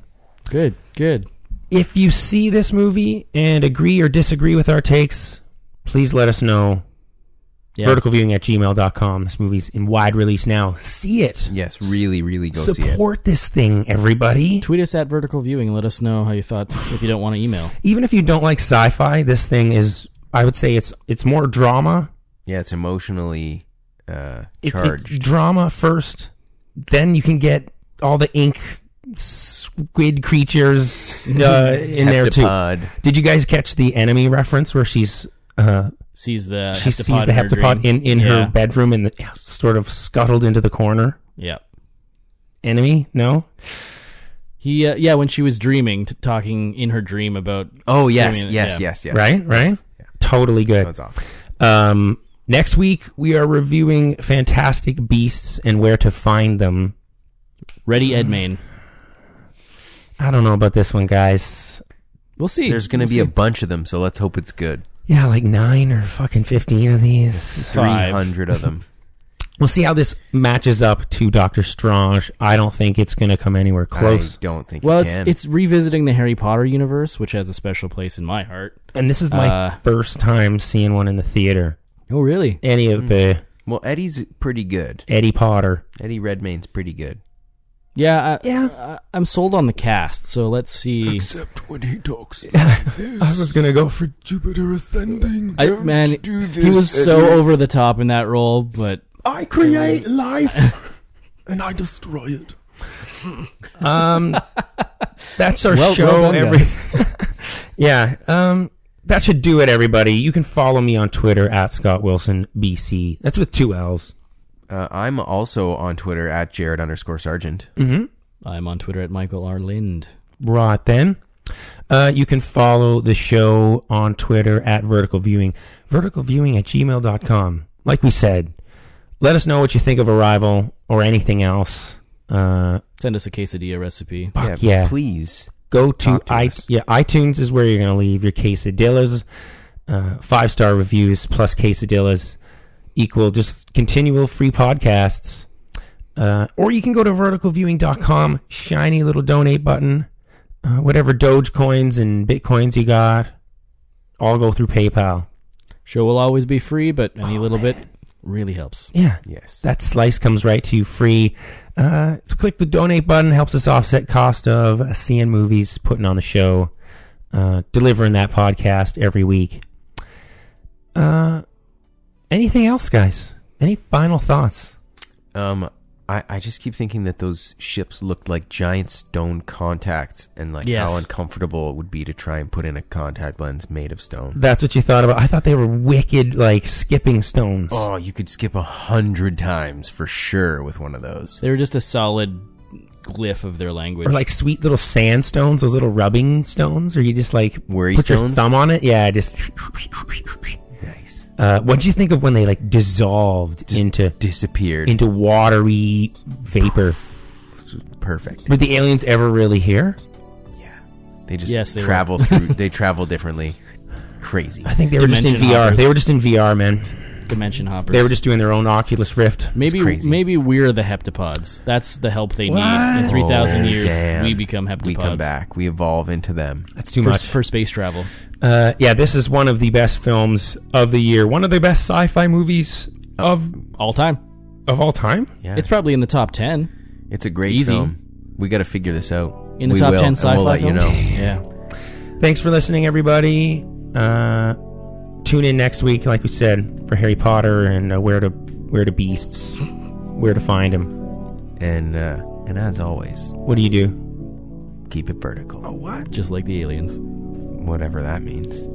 E: Good, good.
C: if you see this movie and agree or disagree with our takes, please let us know.
E: Yeah.
C: Verticalviewing at gmail.com. This movie's in wide release now. See it.
D: yes, really, really go see it.
C: Support this thing, everybody.
E: Tweet us at Vertical Viewing. and Let us know how you thought. If you don't want to email,
C: Even if you don't like sci-fi, this thing is. I would say it's it's more drama.
D: Yeah, it's emotionally uh,
C: It's, it's
D: charged.
C: drama first, then you can get all the ink squid creatures uh, in there too.
D: Heptapod.
C: Did you guys catch the enemy reference where she's uh,
E: sees the
C: she sees
E: heptapod
C: the heptapod
E: in her dream.
C: in in
E: Yeah,
C: her bedroom and the, sort of scuttled into the corner?
E: Yeah.
C: Enemy? No.
E: He, uh, yeah, when she was dreaming, t- talking in her dream about.
D: Oh yes,
E: Dreaming-
D: yes,
E: yeah.
D: yes, yes.
C: Right. Right. Totally good.
D: That's awesome.
C: Um, next week we are reviewing Fantastic Beasts and where to find them.
E: Ready Edmain.
C: I don't know about this one, guys.
E: We'll see.
D: There's gonna
E: We'll
D: be
E: see.
D: a bunch of them, so let's hope it's good.
C: Yeah, like nine or fucking fifteen of these.
D: Three
C: (laughs)
E: Five.
D: hundred of them.
C: We'll see how this matches up to Doctor Strange. I don't think it's going to come anywhere close.
D: I don't think
E: Well,
D: you
E: it's
D: can.
E: it's revisiting the Harry Potter universe, which has a special place in my heart.
C: and this is my
E: Uh,
C: first time seeing one in the theater.
E: Oh, really?
C: Any of the
D: well, Eddie's pretty good.
C: Eddie Potter.
D: Eddie Redmayne's pretty good.
E: Yeah, I,
C: Yeah.
E: I, I'm sold on the cast. So let's see.
D: Except when he talks.
C: I was going to go for
D: Jupiter ascending.
E: I, man, he was so over the top in that role, but
D: I create life, and I destroy it.
E: (laughs)
C: Um, that's our
E: Well- well
C: show.
E: done,
C: every-
E: guys.
C: (laughs) yeah. Um, that should do it, everybody. You can follow me on Twitter at Scott Wilson BC. That's with two L's.
D: Uh, I'm also on Twitter at Jared underscore Sergeant.
C: Mm.
E: I'm on Twitter at Michael R. Lind.
C: Right then. Uh, you can follow the show on Twitter at Vertical Viewing. Vertical Viewing at gmail.com. Like we said, let us know what you think of Arrival or anything else. Uh,
E: Send us a quesadilla recipe.
C: fuck yeah.
D: Please.
C: go to,
D: Talk to
C: i
D: us.
C: yeah iTunes is where you're gonna leave your quesadillas. Uh, five star reviews plus quesadillas equal just continual free podcasts. Uh, or you can go to verticalviewing.com, shiny little donate button. Uh, whatever Dogecoins and Bitcoins you got, all go through PayPal.
E: Show will always be free, but any little bit really helps.
C: Yeah.
D: Yes.
C: That slice comes right to you free. Uh, so click the donate button, helps us offset cost of uh, seeing movies, putting on the show, uh, delivering that podcast every week. Uh, anything else, guys? Any final thoughts?
D: Um, I, I just keep thinking that those ships looked like giant stone contacts, and like
E: Yes.
D: how uncomfortable it would be to try and put in a contact lens made of stone.
C: That's what you thought about. I thought they were wicked, like skipping stones.
D: Oh, you could skip a hundred times for sure with one of those.
E: They were just a solid glyph of their language.
C: Or like sweet little sandstones, those little rubbing stones, or you just like
D: Worry
C: put your
D: stones?
C: thumb on it. Yeah, just.
D: Nice.
C: Uh, what do you think of when they like dissolved
D: Just
C: into
D: disappeared.
C: into watery vapor?
D: Perfect.
C: Were the aliens ever really here?
D: Yeah. They just
E: Yes, they were.
D: travel
E: (laughs)
D: through. They travel differently. Crazy.
C: I think they were just in
E: Dimension
C: VR.
E: hoppers.
C: They were just in VR, man.
E: dimension hoppers.
C: They were just doing their own Oculus Rift.
E: maybe
D: crazy.
E: maybe we're the heptapods. That's the help they need.
C: What?
E: In three thousand
D: Oh,
E: years,
D: damn.
E: we become heptapods.
D: We come back. We evolve into them.
C: That's too
E: for,
C: much.
E: for space travel.
C: uh, yeah, this is one of the best films of the year. One of the best sci-fi movies of
E: All time.
C: of all time.
D: Yeah.
E: It's probably in the top ten.
D: It's a great
E: Easy.
D: film. We got to figure this out.
E: In the
D: we
E: top
D: will,
E: ten
D: and
E: sci-fi
D: we'll let you
E: films.
D: know.
E: Yeah.
C: Thanks for listening, everybody. Uh, tune in next week, like we said, for Harry Potter and uh, where to where to beasts, where to find them.
D: And uh, and as always,
C: What do you do?
D: keep it vertical.
E: Just like the aliens.
D: Whatever that means.